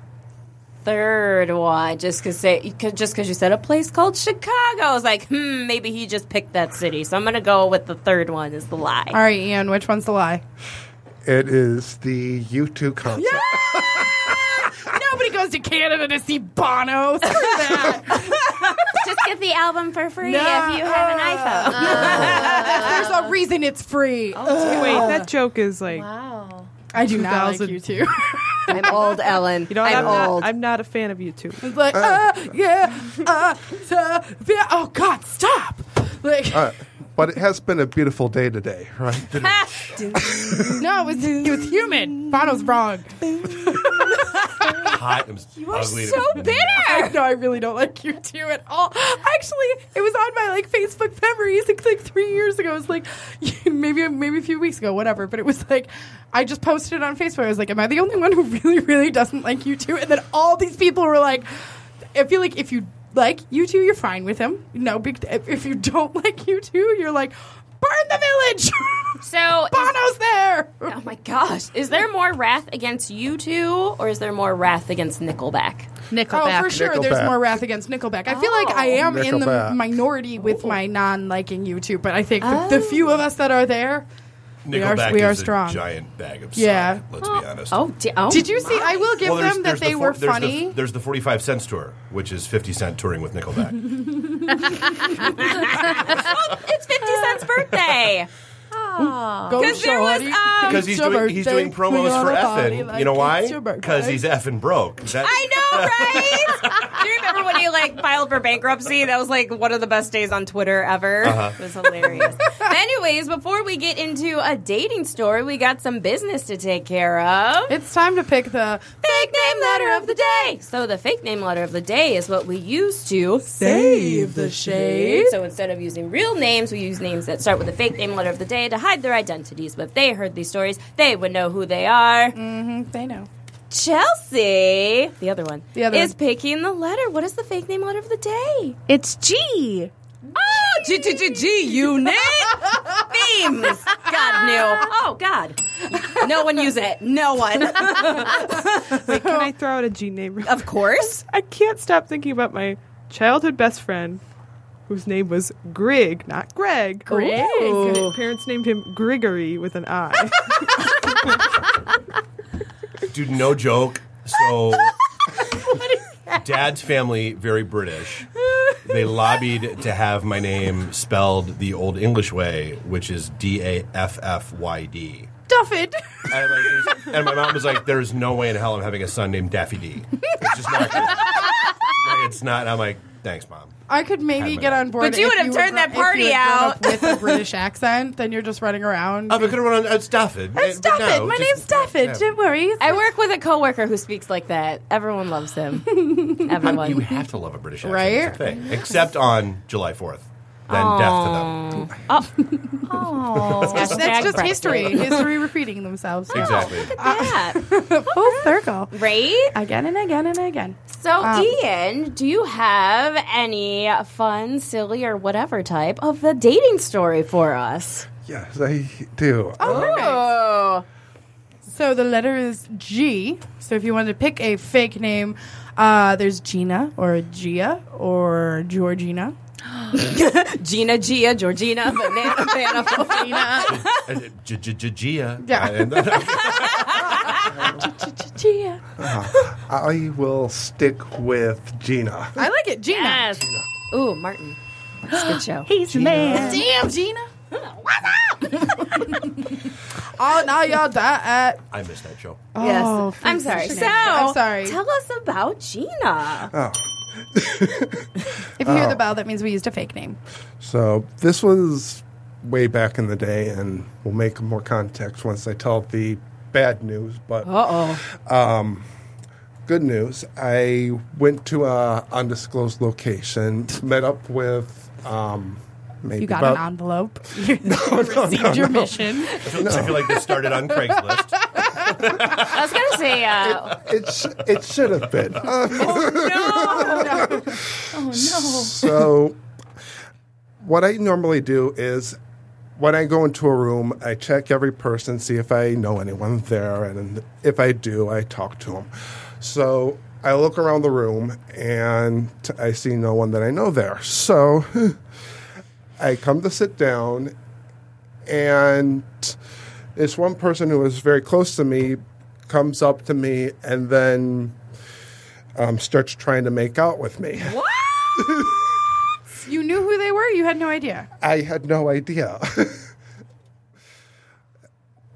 Speaker 4: third one just because just because you said a place called Chicago. I was like, hmm, maybe he just picked that city. So I'm gonna go with the third one is the lie.
Speaker 2: All right, Ian. Which one's the lie?
Speaker 10: It is the U2 concert.
Speaker 4: no,
Speaker 2: goes to Canada to see Bono. Screw that.
Speaker 4: Just get the album for free
Speaker 2: No.
Speaker 4: if you have an iPhone.
Speaker 2: There's a reason it's free.
Speaker 9: Wait, that joke is like
Speaker 2: I do not like
Speaker 9: 2000.
Speaker 2: you too.
Speaker 11: I'm old, Ellen.
Speaker 9: you know. what?
Speaker 11: I'm,
Speaker 9: I'm,
Speaker 11: old.
Speaker 9: not. I'm not a fan of you two.
Speaker 2: It's like, uh, yeah, uh, uh, yeah. Oh God, stop! Like,
Speaker 10: Uh, but it has been a beautiful day today, right?
Speaker 2: no, it was it was human. Bono's wrong.
Speaker 8: Hot. It was
Speaker 2: You are
Speaker 8: ugly.
Speaker 2: so bitter. I know. I really don't like you two at all. Actually, it was on my like Facebook memories like, like three years ago. It was like maybe maybe a few weeks ago, whatever. But it was like I just posted it on Facebook. I was like, "Am I the only one who really really doesn't like you two? And then all these people were like, "I feel like if you like you two, you're fine with him. No big. If if you don't like you two, you're like." Burn the village!
Speaker 4: So is-
Speaker 2: Bono's there!
Speaker 4: oh my gosh, is there more wrath against you two, or is there more wrath against Nickelback?
Speaker 2: Oh, for sure. There's
Speaker 10: Nickelback.
Speaker 2: more wrath against Nickelback. I feel like I
Speaker 8: Oh.
Speaker 2: am in the
Speaker 10: Nickelback.
Speaker 2: minority with my non-liking YouTube, but I think the, the
Speaker 4: Oh.
Speaker 2: few of us that are there, we are
Speaker 8: Nickelback
Speaker 2: we are
Speaker 8: is a
Speaker 2: strong.
Speaker 8: giant bag of
Speaker 2: Yeah.
Speaker 8: yeah. Let's be honest.
Speaker 4: Oh, di- oh
Speaker 2: Did you see?
Speaker 4: my.
Speaker 2: I will give
Speaker 8: there's-
Speaker 2: them
Speaker 8: there's
Speaker 2: that
Speaker 8: the
Speaker 2: they
Speaker 8: four-
Speaker 2: were
Speaker 8: there's the-
Speaker 2: funny.
Speaker 8: there's the 45 cents tour, which is 50 cent touring with Nickelback.
Speaker 4: Oh, it's Fifty Cent's birthday.
Speaker 2: Go
Speaker 4: Because there was,
Speaker 2: shorty.
Speaker 4: um,
Speaker 8: Because he's
Speaker 2: It's your
Speaker 8: doing he's
Speaker 2: birthday.
Speaker 8: doing
Speaker 2: We
Speaker 8: promos
Speaker 2: are
Speaker 8: for
Speaker 2: a party
Speaker 8: effing.
Speaker 2: like
Speaker 8: you know
Speaker 2: it's
Speaker 8: why?
Speaker 2: your birthday.
Speaker 8: Because he's effing broke. That's,
Speaker 4: I know, right? Do you remember when he like filed for bankruptcy? That was like one of the best days on Twitter ever.
Speaker 2: Uh-huh.
Speaker 4: It was hilarious. Anyways, before we get into a dating story, we got some business to take care of.
Speaker 2: It's time to pick the
Speaker 4: Fake name letter of the day. So the fake name letter of the day is what we use to
Speaker 2: save the shade.
Speaker 4: So instead of using real names, we use names that start with the fake name letter of the day to hide their identities. But if they heard these stories, they would know who they are.
Speaker 2: Mm-hmm, They know.
Speaker 4: Chelsea, the other one,
Speaker 2: The other
Speaker 4: is
Speaker 2: one.
Speaker 4: picking the letter. What is the fake name letter of the day?
Speaker 3: It's G.
Speaker 4: Oh, G G G G unit themes. God knew. Oh God. No one use it. No one.
Speaker 9: Wait, can I throw out a G name?
Speaker 4: of course.
Speaker 9: I can't stop thinking about my childhood best friend, whose name was Grig, not Greg.
Speaker 2: Grig.
Speaker 9: His parents named him Grigory with an I.
Speaker 8: Dude, no joke. So, dad's family very British. They lobbied to have my name spelled the old English way, which is D A F F Y D.
Speaker 2: Duff it.
Speaker 8: And, like, there's- and my mom was like, "There's no way in hell I'm having a son named Daffy D. It's just not. good. Like, it's not." And I'm like, "Thanks, mom."
Speaker 2: I could maybe
Speaker 8: Had my
Speaker 2: get
Speaker 8: own.
Speaker 2: on board.
Speaker 4: But you
Speaker 2: if
Speaker 4: would have
Speaker 2: were
Speaker 4: turned
Speaker 2: gr-
Speaker 4: that
Speaker 2: if you
Speaker 4: party
Speaker 2: had grown
Speaker 4: out.
Speaker 2: up with a British accent. Then you're just running around.
Speaker 8: Oh, but could have run out Stafford.
Speaker 2: That's Duff it. My name's Stafford. Don't worry.
Speaker 4: I work with a coworker who speaks like that. Everyone loves him. Everyone.
Speaker 8: You have to love a British accent,
Speaker 2: Right?
Speaker 8: it's a thing. Except on July 4th, then death to them.
Speaker 4: Hashtag
Speaker 2: That's just
Speaker 4: Brexit.
Speaker 2: history. history repeating themselves.
Speaker 8: Exactly.
Speaker 4: Yeah.
Speaker 2: Full circle.
Speaker 4: Right?
Speaker 2: Again and again and again.
Speaker 4: So, Ian, do you have any fun, silly, or whatever type of the dating story for us?
Speaker 10: Yes, I do.
Speaker 4: Oh.
Speaker 2: So the letter is G. So if you wanted to pick a fake name, uh, there's Gina or Gia or Georgina.
Speaker 4: Gina, Gia, Georgina, Banana, Banana, Fofina.
Speaker 8: Uh, Gia.
Speaker 2: Yeah. Gia.
Speaker 10: Uh-huh. I will stick with Gina.
Speaker 2: I like it, Gina.
Speaker 4: Yes. Ooh, Martin. That's a good show.
Speaker 3: He's the man.
Speaker 2: Damn, Gina. oh, now y'all die at.
Speaker 8: I missed that show.
Speaker 4: Yes.
Speaker 2: Oh,
Speaker 4: I'm sorry. So,
Speaker 2: I'm sorry.
Speaker 4: Tell us about Gina.
Speaker 10: Oh.
Speaker 2: If you hear the bell, that means we used a fake name.
Speaker 10: So this was way back in the day, and we'll make more context once I tell the bad news. But um,
Speaker 4: oh.
Speaker 10: good news, I went to a undisclosed location, met up with um, maybe
Speaker 2: You got
Speaker 10: about
Speaker 2: an envelope. You received your mission.
Speaker 8: I feel, I feel like this started on Craigslist.
Speaker 4: I was going to say, uh,
Speaker 10: it, sh- it should have been.
Speaker 4: no.
Speaker 10: so what I normally do is when I go into a room, I check every person, see if I know anyone there, and if I do, I talk to them. So I look around the room and I see no one that I know there. So I come to sit down, and this one person who was very close to me comes up to me and then um, starts trying to make out with me.
Speaker 2: What? you knew who they were? You had no idea.
Speaker 10: I had no idea.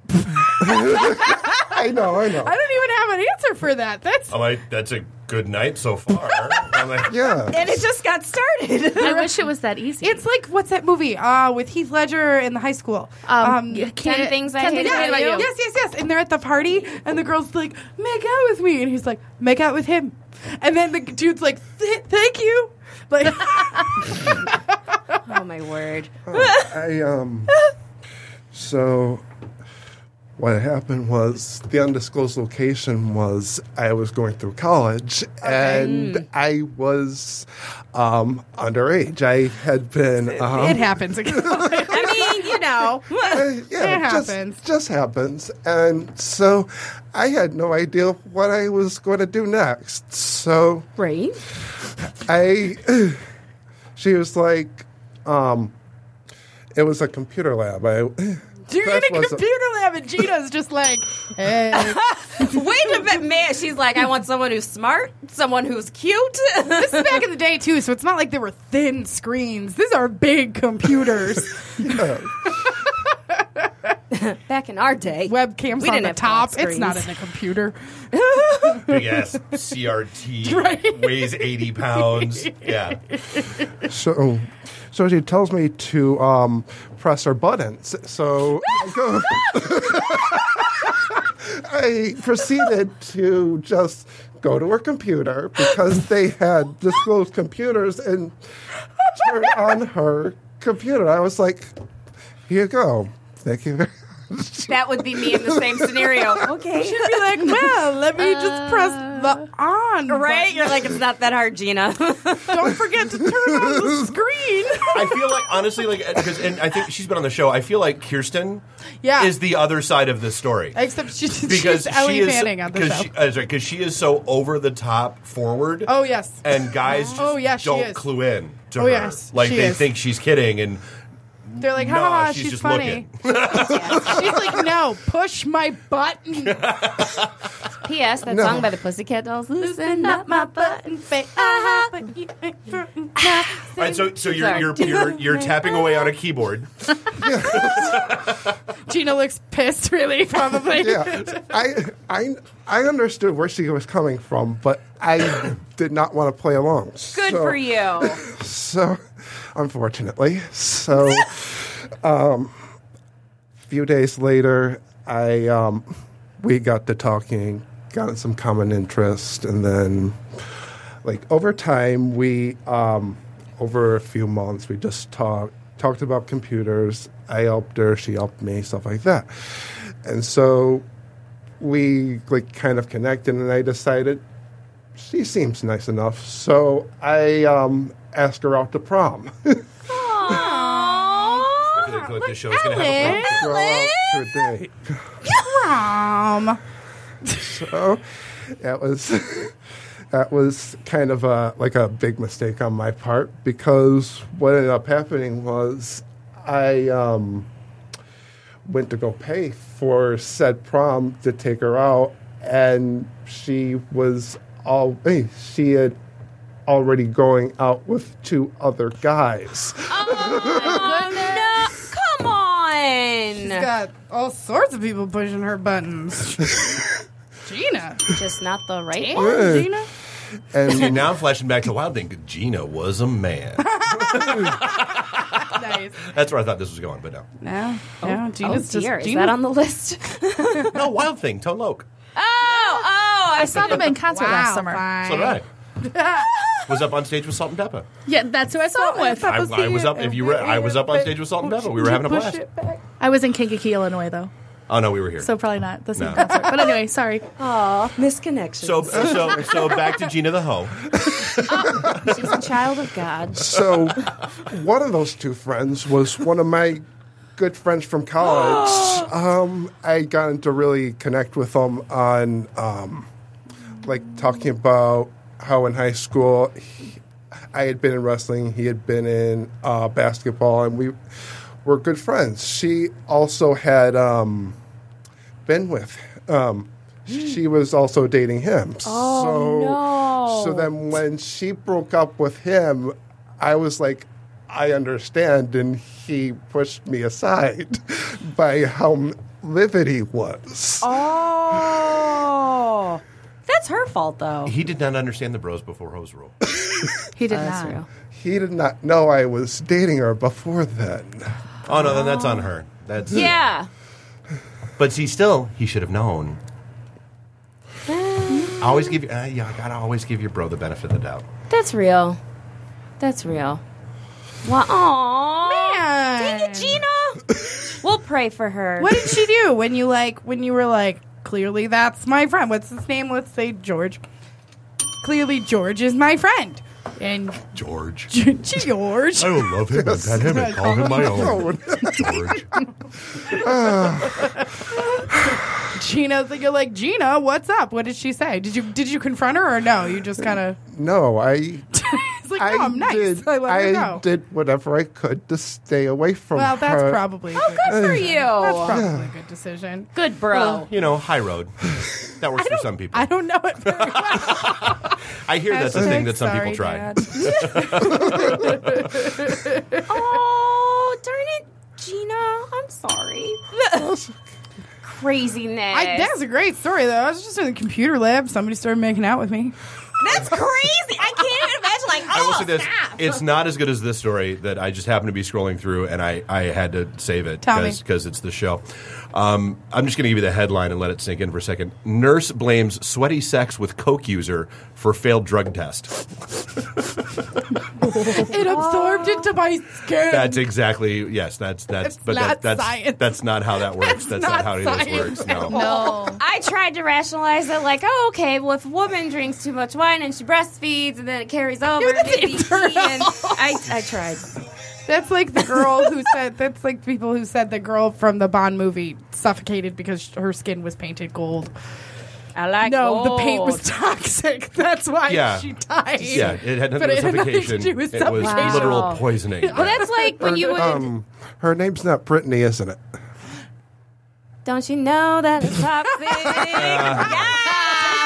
Speaker 10: I know, I know.
Speaker 2: I don't even have an answer for that. That's
Speaker 8: I'm like, that's a good night so far. I'm like,
Speaker 10: yeah.
Speaker 2: And it just got started. I wish it was that easy. It's like what's that movie uh, with Heath Ledger in the high school?
Speaker 4: Um, yeah, Ten Things I Hate
Speaker 2: yeah,
Speaker 4: About You.
Speaker 2: Yes, yes, yes. And they're at the party, and the girl's like, "Make out with me," and he's like, "Make out with him," and then the dude's like, "Th- "Thank you." Like,
Speaker 4: oh my word!
Speaker 10: I um so what happened was the undisclosed location was I was going through college
Speaker 2: Hmm.
Speaker 10: and I was um underage. I had been um,
Speaker 2: it happens again. I mean, you know,
Speaker 10: yeah,
Speaker 2: it
Speaker 10: just-
Speaker 2: happens.
Speaker 10: Just, happens. And so I had no idea what I was going to do next. So
Speaker 4: right,
Speaker 10: I she was like, um, it was a computer lab. I
Speaker 2: You're in
Speaker 10: class
Speaker 2: a
Speaker 10: wasn't-
Speaker 2: computer lab, and Gina's just like, "Hey."
Speaker 4: Wait a minute, man. She's like, I want someone who's smart, someone who's cute.
Speaker 2: this is back in the day too, so it's not like there were thin screens. These are big computers.
Speaker 4: back in our day,
Speaker 2: webcams
Speaker 4: we
Speaker 2: on
Speaker 4: didn't
Speaker 2: the top.
Speaker 4: have flat
Speaker 2: It's not in
Speaker 4: screens.
Speaker 2: the computer.
Speaker 8: big ass CRT weighs 80 pounds. Yeah.
Speaker 10: So, so she tells me to um, press her buttons. So I go. I proceeded to just go to her computer because they had disclosed computers and turned on her computer. I was like, "Here you go. Thank you."
Speaker 4: That would be me in the same scenario. Okay.
Speaker 2: She'd be like, well, let me just press
Speaker 4: Uh.
Speaker 2: the on.
Speaker 4: Right? You're like, it's not that hard, Gina.
Speaker 2: Don't forget to turn on the screen.
Speaker 8: I feel like, honestly, like, because, and I think she's been on the show, I feel like Kirsten
Speaker 2: Yeah.
Speaker 8: is the other side of this story.
Speaker 2: Except she's,
Speaker 8: Because
Speaker 2: she's Ellie
Speaker 8: she is,
Speaker 2: Fanning on the
Speaker 8: because
Speaker 2: show.
Speaker 8: She, uh, sorry, 'cause she is so over the top forward.
Speaker 2: oh yes.
Speaker 8: And guys just
Speaker 2: Oh, yeah, she
Speaker 8: don't
Speaker 2: is.
Speaker 8: clue in to
Speaker 2: Oh,
Speaker 8: her.
Speaker 2: yes,
Speaker 8: like,
Speaker 2: she
Speaker 8: they
Speaker 2: is.
Speaker 8: think she's kidding, and
Speaker 2: They're like, ha
Speaker 8: nah,
Speaker 2: ha, ha,
Speaker 8: she's
Speaker 2: she's,
Speaker 8: just
Speaker 2: funny. she's like, no, push my button.
Speaker 4: P.S. That
Speaker 2: No.
Speaker 4: song by the Pussycat Dolls. Listen up.
Speaker 2: my button, fa- ah, but you ain't frontin' now.
Speaker 8: All right, so so you're
Speaker 2: Sorry.
Speaker 8: you're you're, you're tapping away on a keyboard.
Speaker 2: Gina looks pissed, really, probably.
Speaker 10: yeah, I, I, I understood where she was coming from, but I did not want to play along.
Speaker 4: Good
Speaker 10: So-
Speaker 4: for you.
Speaker 10: So, unfortunately, so um, a few days later, I um, we got to talking, got in some common interest, and then like over time, we um, over a few months, we just talked talked about computers. I helped her, she helped me, stuff like that, and so we like kind of connected, and I decided she seems nice enough, so I um, asked her out to prom.
Speaker 8: I feel like this show is going to have a
Speaker 2: Ellen.
Speaker 8: problem.
Speaker 10: Go out to a date.
Speaker 2: Mom.
Speaker 10: So that was that was kind of a like a big mistake on my part because what ended up happening was I um, went to go pay for said prom to take her out, and she was all eh, she had already going out with two other guys.
Speaker 4: Oh, no. Come on.
Speaker 2: She's got all sorts of people pushing her buttons. Gina.
Speaker 3: Oh,
Speaker 4: Just not the right
Speaker 2: Damn,
Speaker 4: one,
Speaker 10: Yeah.
Speaker 4: Gina.
Speaker 10: And
Speaker 8: See, now I'm flashing back to Wild Thing. Gina was a man.
Speaker 2: Nice.
Speaker 8: That's where I thought this was going, but no.
Speaker 2: No, no, Gina's just
Speaker 4: oh dear. Is
Speaker 2: Gina-
Speaker 4: that on the list?
Speaker 8: No, Wild Thing, Tone Loke.
Speaker 4: Oh, oh.
Speaker 3: I saw them in concert last
Speaker 2: Wow,
Speaker 3: summer.
Speaker 2: fine.
Speaker 8: So did I. Was up on stage with Salt and Pepper.
Speaker 3: Yeah, that's who I saw them with.
Speaker 8: I, I was up. If you were, I was up on stage with Salt and Pepper. We were having a blast.
Speaker 3: I was in Kankakee, Illinois, though,
Speaker 8: Oh no, we were here.
Speaker 3: so probably not the same
Speaker 8: No.
Speaker 3: concert. But anyway, sorry.
Speaker 11: Aw, misconnection.
Speaker 8: So so so back to Gina the hoe.
Speaker 4: She's a child of God.
Speaker 10: So, one of those two friends was one of my good friends from college. um, I got to really connect with him on, um, like, talking about how in high school he- I had been in wrestling, he had been in uh, basketball, and we were good friends. She also had um, been with um, she was also dating him.
Speaker 5: Oh,
Speaker 10: so,
Speaker 5: no.
Speaker 10: so then when she broke up with him, I was like, I understand, and he pushed me aside by how livid he was.
Speaker 12: Oh. That's her fault, though.
Speaker 8: He did not understand the bros before hose rule.
Speaker 12: He
Speaker 2: Oh,
Speaker 12: did
Speaker 8: That's
Speaker 12: not.
Speaker 10: He did not know I was dating her before then.
Speaker 8: Oh no, then that's on her. That's
Speaker 4: Yeah.
Speaker 8: But see, still, he should have known. always give uh, yeah, I gotta always give your bro the benefit of the doubt.
Speaker 4: That's real. That's real. Wow. Aw. Dang it, Gina. we'll pray for her.
Speaker 2: What did she do when you like when you were like clearly that's my friend? What's his name? Let's say George. Clearly George is my friend. And
Speaker 8: George.
Speaker 2: George.
Speaker 5: I will love him and pet him and call him my own.
Speaker 8: George.
Speaker 2: Gina's like you're like Gina. What's up? What did she say? Did you did you confront her or no? You just kind of
Speaker 10: No, I
Speaker 2: it's like no, I'm nice.
Speaker 10: did.
Speaker 2: I let her
Speaker 10: I
Speaker 2: go.
Speaker 10: did whatever I could to stay away from
Speaker 2: well,
Speaker 10: her.
Speaker 2: that's probably
Speaker 4: Oh, good for you.
Speaker 2: That's probably a good decision.
Speaker 4: Good bro.
Speaker 8: Well, you know, high road. That works for some people.
Speaker 2: I don't know it. very well.
Speaker 8: I hear that's a
Speaker 2: Hashtag
Speaker 8: thing that some
Speaker 2: sorry,
Speaker 8: people try.
Speaker 4: oh, darn it, Gina. I'm sorry. Craziness.
Speaker 2: I, that's a great story though. I was just in the computer lab. Somebody started making out with me.
Speaker 4: That's crazy. I can't even imagine. Like,
Speaker 8: I will
Speaker 4: oh,
Speaker 8: say this: it's not as good as this story that I just happened to be scrolling through, and I, I had to save it
Speaker 2: Tell me.
Speaker 8: because it's the show. Um, I'm just going to give you the headline and let it sink in for a second. Nurse blames sweaty sex with coke user for failed drug test.
Speaker 2: it absorbed into my skin.
Speaker 8: That's exactly yes. That's that's
Speaker 4: It's
Speaker 8: but
Speaker 4: not
Speaker 8: that, that's
Speaker 4: science.
Speaker 8: that's not how that works. That's, not, how
Speaker 4: science
Speaker 8: any of this works.
Speaker 4: at
Speaker 8: No.
Speaker 4: all. I tried to rationalize it like, oh, okay, well, if a woman drinks too much wine and she breastfeeds and then it carries over, maybe he and I, I tried.
Speaker 2: That's like the girl who said. That's like people who said the girl from the Bond movie suffocated because her skin was painted gold.
Speaker 4: I like
Speaker 2: no, the paint was
Speaker 4: gold.
Speaker 2: toxic. That's why
Speaker 8: Yeah.
Speaker 2: she died.
Speaker 8: Yeah, it had nothing
Speaker 2: But
Speaker 8: to
Speaker 2: it
Speaker 8: do
Speaker 2: had nothing
Speaker 8: with
Speaker 2: to
Speaker 8: suffocation.
Speaker 2: do with
Speaker 8: It was
Speaker 2: suffocation.
Speaker 8: literal
Speaker 2: Wow.
Speaker 8: poisoning.
Speaker 4: Well, that's like when you would.
Speaker 10: Um, her name's not Brittany, isn't it?
Speaker 4: Don't you know that it's toxic?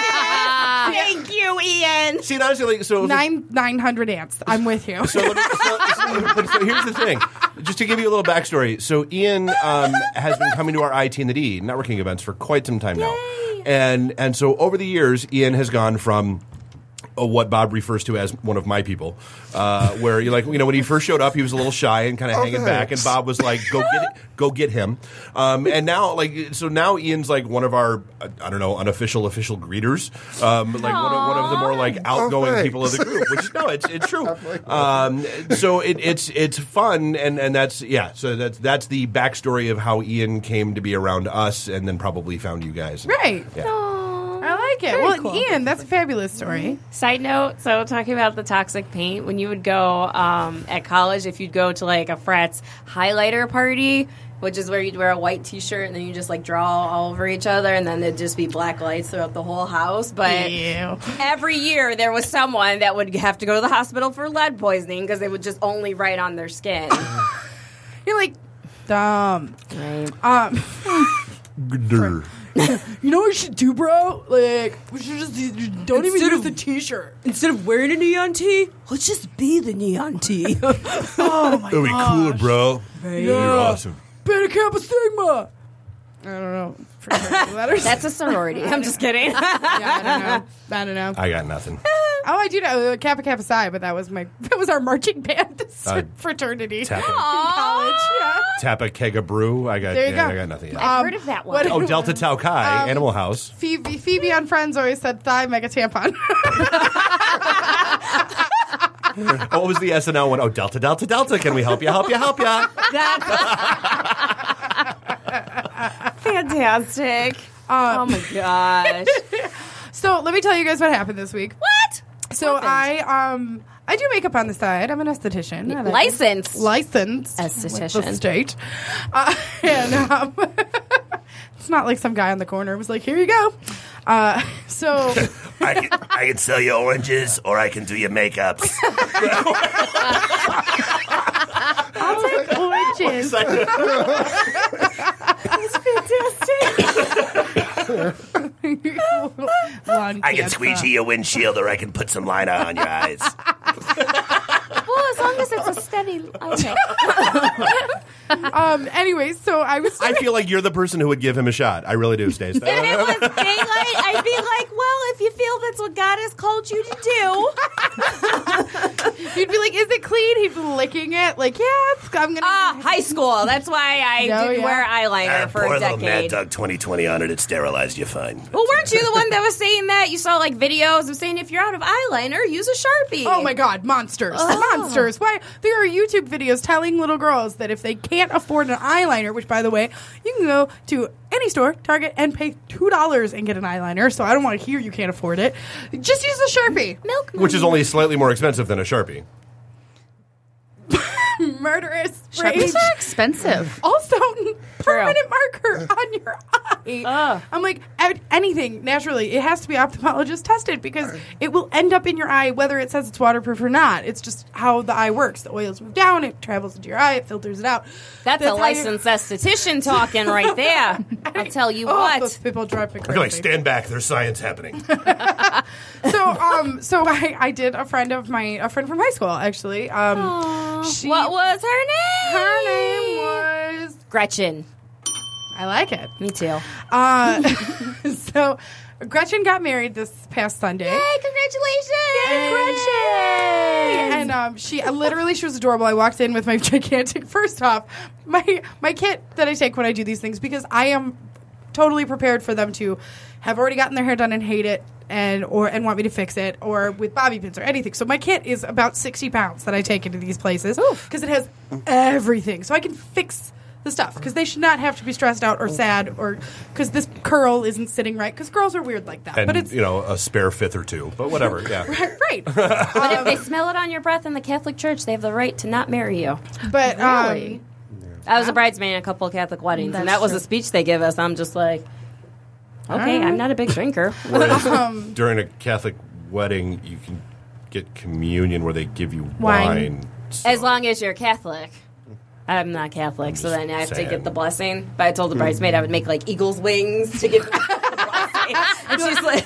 Speaker 4: Thank you, Ian.
Speaker 8: See, and honestly, like, so if
Speaker 2: nine nine hundred ants. I'm with you.
Speaker 8: but so here's the thing. Just to give you a little backstory, so Ian um, has been coming to our IT and the D networking events for quite some time now, and and so over the years, Ian has gone from. uh, What Bob refers to as one of my people, uh, where you're like, you know, when he first showed up, he was a little shy and kind of
Speaker 7: Oh,
Speaker 8: hanging back, and
Speaker 7: thanks.
Speaker 8: Bob was like, "Go get, it, go get him," um, and now like, so now Ian's like one of our, uh, I don't know, unofficial official greeters, um, like one of, one of the more like
Speaker 2: Oh,
Speaker 8: outgoing
Speaker 7: thanks.
Speaker 8: people of the group, which is no, it's it's true. Um, so it, it's it's fun, and, and that's yeah. So that's that's the backstory of how Ian came to be around us, and then probably found you guys.
Speaker 2: Right.
Speaker 8: Yeah.
Speaker 2: I like it.
Speaker 4: Very
Speaker 2: well,
Speaker 4: cool.
Speaker 2: Ian, that's a fabulous story.
Speaker 4: Side note, so talking about the toxic paint, when you would go um, at college, if you'd go to like a frat's highlighter party, which is where you'd wear a white t shirt and then you just like draw all over each other and then there'd just be black lights throughout the whole house. But
Speaker 2: Ew.
Speaker 4: every year there was someone that would have to go to the hospital for lead poisoning because they would just only write on their skin.
Speaker 2: You're like dumb. Um, you know what we should do, bro? Like we should just don't even
Speaker 12: Instead
Speaker 2: use
Speaker 12: of-
Speaker 2: the T-shirt.
Speaker 12: Instead of wearing a neon tee, let's just be the neon tee.
Speaker 2: oh my
Speaker 12: That'd be cooler,
Speaker 2: gosh.
Speaker 8: bro.
Speaker 2: Right. Yeah. Beta Kappa Sigma. I don't know. Pretty hard letters.
Speaker 4: That's a sorority. Oh I'm just kidding.
Speaker 2: yeah, I don't know. I don't know.
Speaker 8: I got nothing.
Speaker 2: Oh, I do know uh, Kappa Kappa Psi, but that was my that was our marching band
Speaker 8: Uh,
Speaker 2: fraternity
Speaker 8: tap it.
Speaker 2: in college. Yeah.
Speaker 8: Tap a keg of brew. I got.
Speaker 2: There you
Speaker 8: yeah,
Speaker 2: go. Um,
Speaker 8: I got nothing. yet.
Speaker 2: I've heard of that one.
Speaker 8: oh, Delta Tau Chi, Animal House.
Speaker 2: Phoebe, Phoebe on Friends always said thigh mega tampon.
Speaker 8: what was the SNL one? Oh, Delta, Delta, Delta. Can we help you? Help you? Help you?
Speaker 4: Fantastic. oh my gosh.
Speaker 2: so let me tell you guys what happened this week.
Speaker 4: What?
Speaker 2: So I um I do makeup on the side. I'm an esthetician. I like it.
Speaker 4: Licensed.
Speaker 2: licensed
Speaker 4: Esthetician.
Speaker 2: with the state, uh, and um, it's not like some guy on the corner was like, "Here you go." Uh, so
Speaker 13: I can, I can sell you oranges or I can do your makeups.
Speaker 2: gorgeous.
Speaker 5: That's
Speaker 2: fantastic. on.
Speaker 13: I can
Speaker 2: cancer.
Speaker 13: squeegee your windshield, or I can put some liner on your eyes.
Speaker 4: well, as long as it's a steady. Okay.
Speaker 2: um. Anyways, so I was.
Speaker 8: I feel like you're the person who would give him a shot. I really do, Stace.
Speaker 4: If it was daylight, I'd be like, well, if you feel that's what God has called you to do.
Speaker 2: You'd be like, "Is it clean?" He'd be licking it, like, "Yeah, it's, I'm gonna." Ah,
Speaker 4: high school. That's why I didn't wear eyeliner
Speaker 13: Ah,
Speaker 4: for
Speaker 13: Pour
Speaker 4: a
Speaker 13: a little Mad
Speaker 4: decade.
Speaker 13: Dog 2020 on it. It sterilized you fine.
Speaker 4: Well, weren't you the one that was saying that? You saw like videos of saying if you're out of eyeliner, use a sharpie.
Speaker 2: Oh my God, monsters! Monsters! Why there are YouTube videos telling little girls that if they can't afford an eyeliner, which by the way, you can go to any store, Target, and pay two dollars and get an eyeliner. So I don't want to hear you can't afford it. Just use a sharpie.
Speaker 4: Milk,
Speaker 8: Which is only slightly more expensive than a Sharpie.
Speaker 2: murderous.
Speaker 3: Sharpies
Speaker 2: rage.
Speaker 3: are expensive.
Speaker 2: Also, permanent marker on your eye. I'm like, a- anything, naturally, it has to be ophthalmologist tested because it will end up in your eye whether it says it's waterproof or not. It's just how the eye works. The oils move down, it travels into your eye, it filters it out.
Speaker 4: That's, a
Speaker 2: how you-
Speaker 4: licensed esthetician talking right there. I'll tell you
Speaker 2: Oh,
Speaker 4: what.
Speaker 2: those people dropping.
Speaker 8: Okay, like, stand back. There's science happening.
Speaker 2: so um so I, I did a friend of my a friend from high school actually um she,
Speaker 4: what was her name?
Speaker 2: Her name was
Speaker 4: Gretchen.
Speaker 2: I like it.
Speaker 4: Me too.
Speaker 2: Uh, so Gretchen got married this past Sunday.
Speaker 4: Hey, congratulations!
Speaker 2: And um, she literally she was adorable. I walked in with my gigantic first off my my kit that I take when I do these things because I am totally prepared for them to have already gotten their hair done and hate it and or and want me to fix it or with bobby pins or anything. So my kit is about sixty pounds that I take into these places because it has everything. So I can fix the stuff because they should not have to be stressed out or sad or because this curl isn't sitting right because girls are weird like that.
Speaker 8: And,
Speaker 2: but it's
Speaker 8: you know, a spare fifth or two. But whatever, yeah.
Speaker 2: right.
Speaker 4: But if they smell it on your breath in the Catholic Church, they have the right to not marry you.
Speaker 2: But um,
Speaker 4: I was a bridesmaid in a couple of Catholic weddings, and
Speaker 2: That's
Speaker 4: that was
Speaker 2: true.
Speaker 4: a speech they give us. I'm just like, okay, I'm not a big drinker.
Speaker 8: Whereas
Speaker 2: Um,
Speaker 8: during a Catholic wedding, you can get communion where they give you
Speaker 4: Wine.
Speaker 8: wine.
Speaker 4: As long as you're Catholic. I'm not Catholic, so then I have
Speaker 8: saying.
Speaker 4: to get the blessing. But I told the bridesmaid I would make like eagle's wings to get the blessing. And she's like,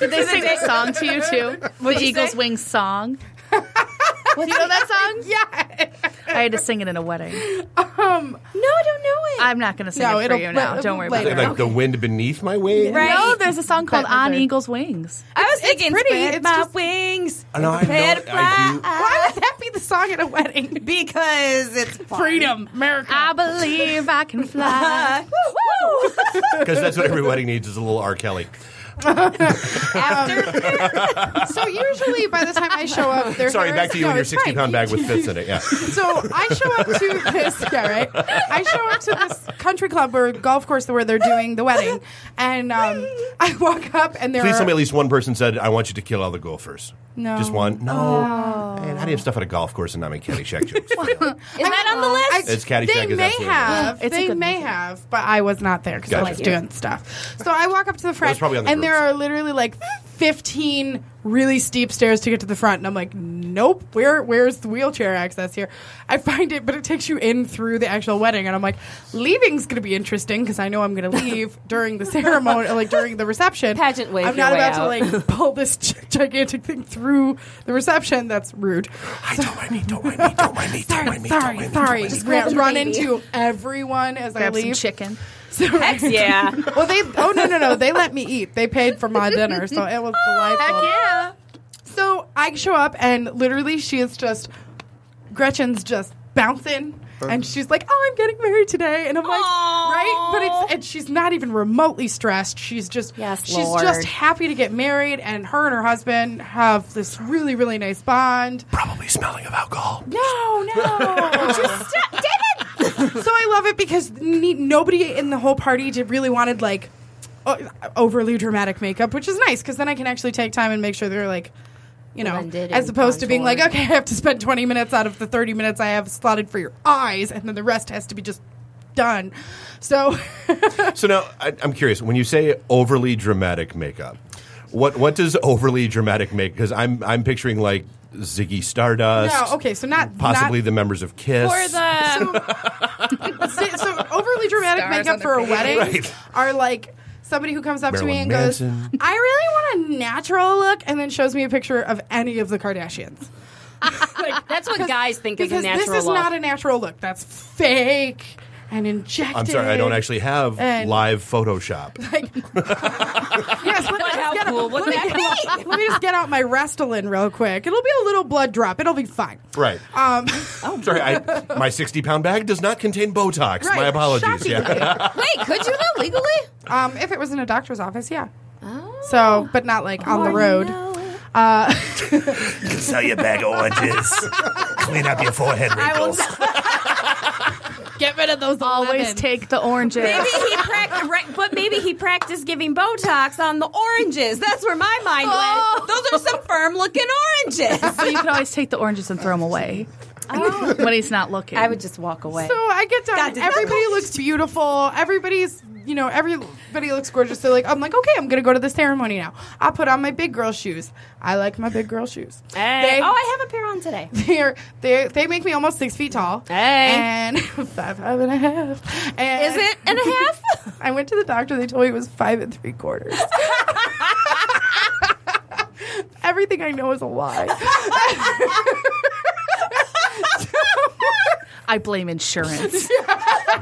Speaker 3: Did they sing the song to you too? The Eagles Wings song. you know that song?
Speaker 2: Yeah.
Speaker 3: I had to sing it in a wedding.
Speaker 2: Um,
Speaker 4: no, I don't know it.
Speaker 3: I'm not going to sing
Speaker 2: No,
Speaker 3: it for
Speaker 2: it'll-
Speaker 3: you now.
Speaker 2: it'll-
Speaker 3: Don't worry
Speaker 8: Like
Speaker 3: about it.
Speaker 8: the wind beneath my wings.
Speaker 3: Right? No, there's a song called On Eagles Wings.
Speaker 4: I was thinking,
Speaker 2: pretty,
Speaker 4: spread
Speaker 2: it's
Speaker 4: my
Speaker 2: just-
Speaker 4: wings.
Speaker 8: I know, I
Speaker 4: Prepare
Speaker 8: know,
Speaker 4: to
Speaker 8: I
Speaker 4: fly.
Speaker 8: do.
Speaker 2: Why would that be the song at a wedding?
Speaker 4: Because it's fun.
Speaker 2: freedom, America.
Speaker 3: I believe I can fly.
Speaker 8: Because that's what every wedding needs is a little R. Kelly.
Speaker 2: Uh, so usually by the time I show up, their
Speaker 8: Sorry,
Speaker 2: hair
Speaker 8: back
Speaker 2: is-
Speaker 8: to you
Speaker 2: no,
Speaker 8: and your
Speaker 2: it's
Speaker 8: 60
Speaker 2: fine.
Speaker 8: pound bag with fits in it. Yeah.
Speaker 2: So I show up to this. Yeah, right. I show up to this country club or golf course where they're doing the wedding, and um, I walk up and there
Speaker 8: Please
Speaker 2: are
Speaker 8: tell me at least one person said, I want you to kill all the gophers.
Speaker 2: No. Oh.
Speaker 8: Just one? No. Man, how do you have stuff at a golf course and not make Caddyshack jokes?
Speaker 4: Is that on the list?
Speaker 8: It's Caddyshack
Speaker 2: They
Speaker 8: is
Speaker 2: may
Speaker 8: absolutely-
Speaker 2: have.
Speaker 3: It's a
Speaker 2: they
Speaker 3: good
Speaker 2: may have, but I was not there because I
Speaker 8: Gotcha.
Speaker 2: was doing stuff. So I walk up to the front,
Speaker 8: probably on the
Speaker 2: and there
Speaker 8: group
Speaker 2: are literally like fifteen really steep stairs to get to the front, and I'm like, nope. Where where's the wheelchair access here? I find it, but it takes you in through the actual wedding, and I'm like, leaving's gonna be interesting because I know I'm gonna leave during the ceremony, or, like during the reception.
Speaker 4: Pageant wave
Speaker 2: I'm not
Speaker 4: your way
Speaker 2: about to
Speaker 4: out.
Speaker 2: like pull this gi- gigantic thing through the reception. That's rude. I don't mind me. Don't mind me. Don't mind me. Sorry, sorry, sorry. Just
Speaker 4: grab the
Speaker 2: run
Speaker 4: baby.
Speaker 2: into everyone as I
Speaker 3: Grab some
Speaker 2: leave.
Speaker 3: chicken.
Speaker 2: So-
Speaker 4: Heck yeah.
Speaker 2: well, they. Oh no, no, no. They let me eat. They paid for my dinner, so it was
Speaker 4: Oh,
Speaker 2: delightful.
Speaker 3: yeah.
Speaker 2: So I show up, and literally, she is just Gretchen's just bouncing. And she's like, "Oh, I'm getting married today," and I'm like, "Right?" But it's and she's not even remotely stressed. She's just
Speaker 4: Yes,
Speaker 2: she's
Speaker 4: Lord.
Speaker 2: just happy to get married, and her and her husband have this really really nice bond.
Speaker 8: Probably smelling of alcohol.
Speaker 2: No, no. Just stop. David! so I love it because ne- nobody in the whole party did really wanted like o- overly dramatic makeup, which is nice because then I can actually take time and make sure they're like, you know,
Speaker 4: Blended
Speaker 2: as
Speaker 4: and
Speaker 2: opposed to being like,
Speaker 4: contoured.
Speaker 2: okay, I have to spend 20 minutes out of the 30 minutes I have slotted for your eyes, and then the rest has to be just done. So
Speaker 8: So now I, I'm curious. When you say overly dramatic makeup, what what does overly dramatic make? Because I'm I'm picturing like Ziggy Stardust,
Speaker 2: no, okay, so not
Speaker 8: possibly
Speaker 2: not,
Speaker 8: the members of Kiss.
Speaker 4: Or the
Speaker 2: so overly dramatic
Speaker 3: Stars
Speaker 2: makeup
Speaker 3: on
Speaker 2: for a
Speaker 3: their
Speaker 2: wedding
Speaker 8: Right.
Speaker 2: are like somebody who comes up to me
Speaker 8: Marilyn
Speaker 2: and goes,
Speaker 8: Manson.
Speaker 2: "I really want a natural look," and then shows me a picture of any of the Kardashians.
Speaker 4: That's what guys think is a
Speaker 2: because
Speaker 4: natural
Speaker 2: this is
Speaker 4: look.
Speaker 2: not a natural look. That's fake and injected.
Speaker 8: I'm sorry, I don't actually have
Speaker 2: And-
Speaker 8: live Photoshop.
Speaker 2: Yes, let me
Speaker 4: But
Speaker 2: just
Speaker 4: how
Speaker 2: get-
Speaker 4: cool
Speaker 2: let
Speaker 4: would
Speaker 2: me
Speaker 4: that
Speaker 2: get-
Speaker 4: be?
Speaker 2: Let me just get out my Restylane real quick. It'll be a little blood drop. It'll be fine.
Speaker 8: Right.
Speaker 2: Um,
Speaker 8: Sorry, I, my 60 pound bag does not contain Botox.
Speaker 2: Right,
Speaker 8: My apologies. Yeah.
Speaker 2: Wait, could you though legally? Um, if it was in a doctor's office, yeah.
Speaker 4: Oh.
Speaker 2: So, but not like on the road. Uh,
Speaker 13: You can sell your bag of oranges. Clean up your forehead wrinkles.
Speaker 2: Get rid of those.
Speaker 3: Always take the oranges.
Speaker 4: Maybe he prac- re- but maybe he practiced giving Botox on the oranges. That's where my mind went. Those are some firm looking oranges.
Speaker 3: so you could always take the oranges and throw them away when he's not looking. I would just walk away.
Speaker 2: So I get
Speaker 3: God,
Speaker 2: down.
Speaker 3: did that
Speaker 2: Everybody looks beautiful. Everybody's, you know, everybody looks gorgeous. So like, I'm like, okay, I'm gonna go to the ceremony now. I put on my big girl shoes. I like my big girl shoes.
Speaker 4: Hey.
Speaker 2: They-
Speaker 4: Oh, I have a pair on today.
Speaker 2: They're, they they make me almost six feet tall. Hey. And five, five and a half. And
Speaker 4: Is it and a half?
Speaker 2: I went to the doctor. They told me it was five and three quarters. Everything I know is a lie.
Speaker 3: I blame insurance.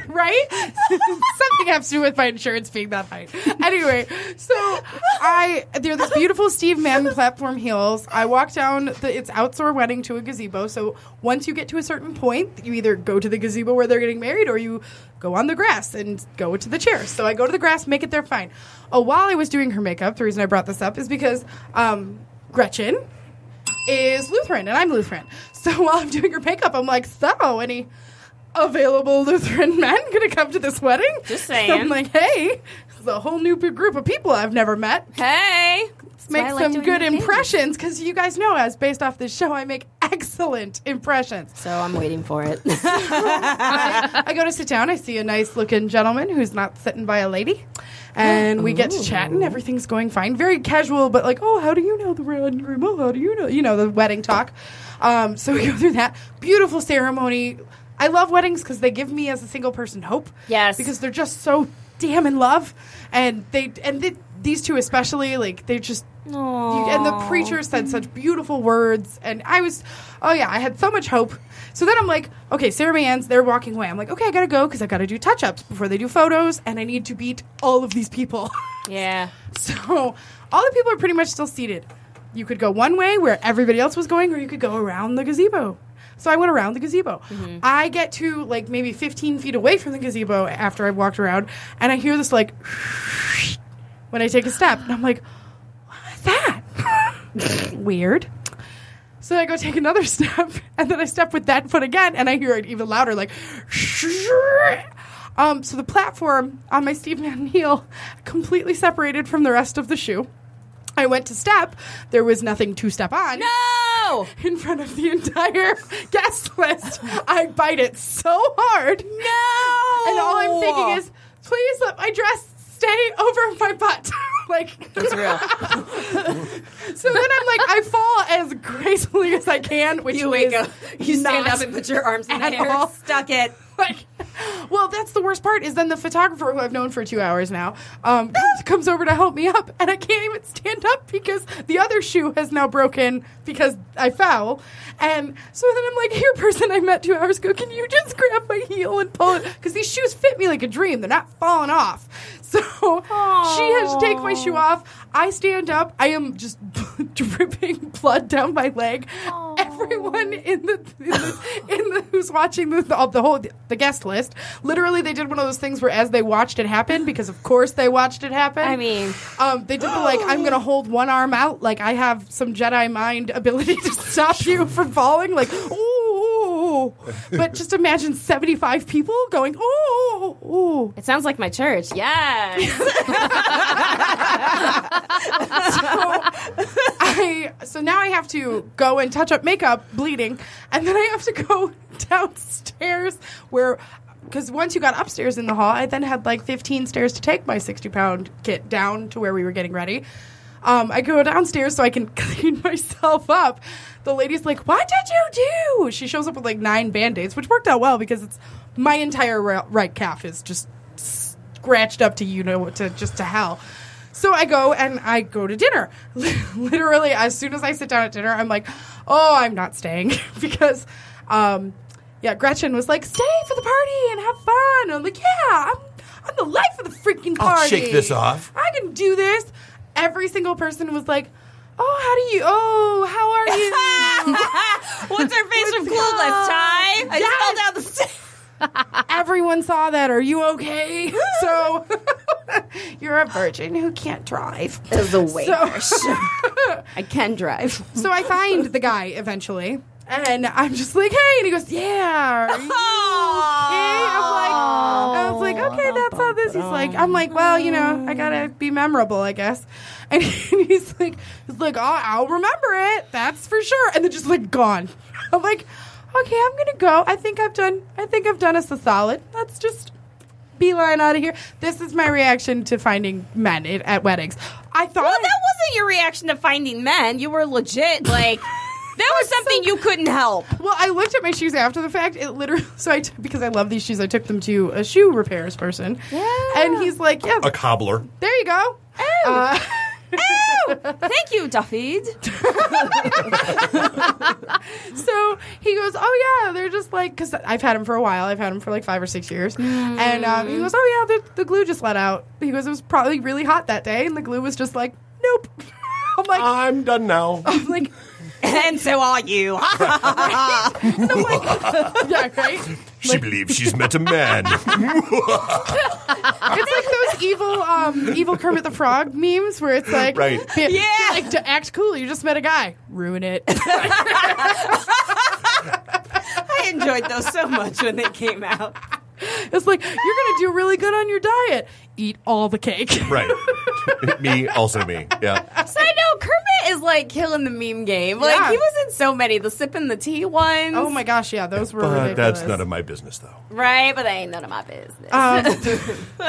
Speaker 2: right? Something has to do with my insurance being that high. Anyway, so I they're this beautiful Steve Madden platform heels. I walk down the it's outdoor wedding to a gazebo. So once you get to a certain point, you either go to the gazebo where they're getting married or you go on the grass and go to the chairs. So I go to the grass, make it there fine. Oh, while I was doing her makeup, the reason I brought this up is because um, Gretchen is Lutheran and I'm Lutheran. So while I'm doing her makeup, I'm like, so any available Lutheran men gonna come to this wedding?
Speaker 4: Just
Speaker 2: So I'm
Speaker 4: saying.
Speaker 2: like, hey, this is a whole new p- group of people I've never met.
Speaker 4: Hey.
Speaker 2: Let's make
Speaker 4: why I like
Speaker 2: some
Speaker 4: doing
Speaker 2: good
Speaker 4: the thing.
Speaker 2: impressions because you guys know, as based off this show, I make excellent impressions.
Speaker 4: So I'm waiting for it.
Speaker 2: I, I go to sit down. I see a nice looking gentleman who's not sitting by a lady. And we get to chatting. Everything's going fine. Very casual, but like, oh, how do you know the bride and groom? Oh, how do you know? You know, the wedding talk. Um, so we go through that. Beautiful ceremony. I love weddings because they give me, as a single person, hope. Yes. Because they're just so damn in love. And they, and th- these two especially, like, they just. You, and the preacher said such beautiful words, and I was, oh yeah, I had so much hope. So then I'm like, okay, ceremony ends. They're walking away. I'm like, okay, I gotta go because I gotta do touch ups before they do photos, and I need to beat all of these people.
Speaker 4: yeah.
Speaker 2: so all the people are pretty much still seated. You could go one way where everybody else was going, or you could go around the gazebo. So I went around the gazebo. I get to like maybe 15 feet away from the gazebo after I've walked around, and I hear this like when I take a step, and I'm like, weird. So I go take another step, and then I step with that foot again, and I hear it even louder, like. Um, so the platform on my Steve Madden heel completely separated from the rest of the shoe. I went to step. There was nothing to step on.
Speaker 4: No!
Speaker 2: In front of the entire guest list. I bite it so hard. No! And all I'm thinking is, please let my dress stay over my butt. like,
Speaker 4: That's real.
Speaker 2: so then I'm like, I fall as gracefully as I can, which you wake up,
Speaker 4: you stand up and put your arms in the air.
Speaker 2: stuck it. Like, well, that's the worst part is then the photographer who I've known for two hours now um, comes- comes over to help me up, and I can't even stand up because the other shoe has now broken because I fell, and so then I'm like, here, person I met two hours ago, can you just grab my heel and pull it? Because these shoes fit me like a dream; they're not falling off. So she has to take my shoe off. I stand up. I am just dripping blood down my leg. Everyone in the, in the, in the who's watching the, the, the whole the guest list, literally they did one of those things where as they watched it happen, because of course they watched it happen. I
Speaker 4: mean,
Speaker 2: um, they did the like I'm gonna hold one arm out, like I have some Jedi mind ability to stop you from falling, like ooh. But just imagine 75 people going ooh. ooh.
Speaker 4: It sounds like my church. Yes.
Speaker 2: I so now I have to go and touch up makeup, bleeding, and then I have to go downstairs where because once you got upstairs in the hall, I then had like 15 stairs to take my 60 pound kit down to where we were getting ready. Um, I go downstairs so I can clean myself up. The lady's like, "What did you do?" She shows up with like nine band aids, which worked out well because it's my entire ri- right calf is just scratched up to you know to just to hell. So I go and I go to dinner. Literally, as soon as I sit down at dinner, I'm like, oh, I'm not staying because, um, yeah, Gretchen was like, stay for the party and have fun. I'm like, yeah, I'm, I'm the life of the freaking party.
Speaker 13: I'll shake this off.
Speaker 2: I can do this. Every single person was like, oh, how do you, oh, how are you?
Speaker 4: What's her face from Clueless, Ty? I just fell down the stairs.
Speaker 2: Everyone saw that. Are you okay? so you're a virgin who can't drive.
Speaker 4: Is the worst. I can drive.
Speaker 2: So I find the guy eventually, and I'm just like, hey, and he goes, yeah. Are you okay? I'm like, I was like, okay, that's how this. He's like, I'm like, well, you know, I gotta be memorable, I guess. And he's like, he's like, oh, I'll remember it. That's for sure. And then just like gone. I'm like, okay, I'm gonna go. I think I've done. I think I've done us a solid. Let's just beeline out of here. This is my reaction to finding men at, at weddings. I thought.
Speaker 4: Well,
Speaker 2: I-
Speaker 4: that wasn't your reaction to finding men. You were legit like that was something you couldn't help.
Speaker 2: Well, I looked at my shoes after the fact. It literally, so I t- because I love these shoes, I took them to a shoe repairs person. Yeah. And he's like, yeah,
Speaker 8: a cobbler.
Speaker 2: there you go. Uh,
Speaker 4: Thank you, Duffied.
Speaker 2: so he goes, oh yeah, they're just like because I've had him for a while. I've had him for like five or six years, and um, he goes, oh yeah, the, the glue just let out. He goes, it was probably really hot that day, and the glue was just like, nope. I'm like,
Speaker 8: I'm done now.
Speaker 2: I'm like,
Speaker 4: and so are you.
Speaker 2: yeah, right.
Speaker 13: She believes she's met a man.
Speaker 2: It's like those evil, um, evil Kermit the Frog memes where it's like,
Speaker 13: Right.
Speaker 2: be- be like to act cool. You just met a guy, ruin it.
Speaker 4: I enjoyed those so much when they came out.
Speaker 2: It's like you're gonna do really good on your diet. Eat all the cake.
Speaker 8: right. me, also me. Yeah.
Speaker 4: So I know Kermit is like killing the meme game. Like
Speaker 2: Yeah.
Speaker 4: he was in so many, the sipping the tea ones.
Speaker 2: Oh my gosh, yeah, those were
Speaker 8: But
Speaker 2: ridiculous.
Speaker 8: that's none of my business, though.
Speaker 4: Right, but that ain't none of my business.
Speaker 2: Um,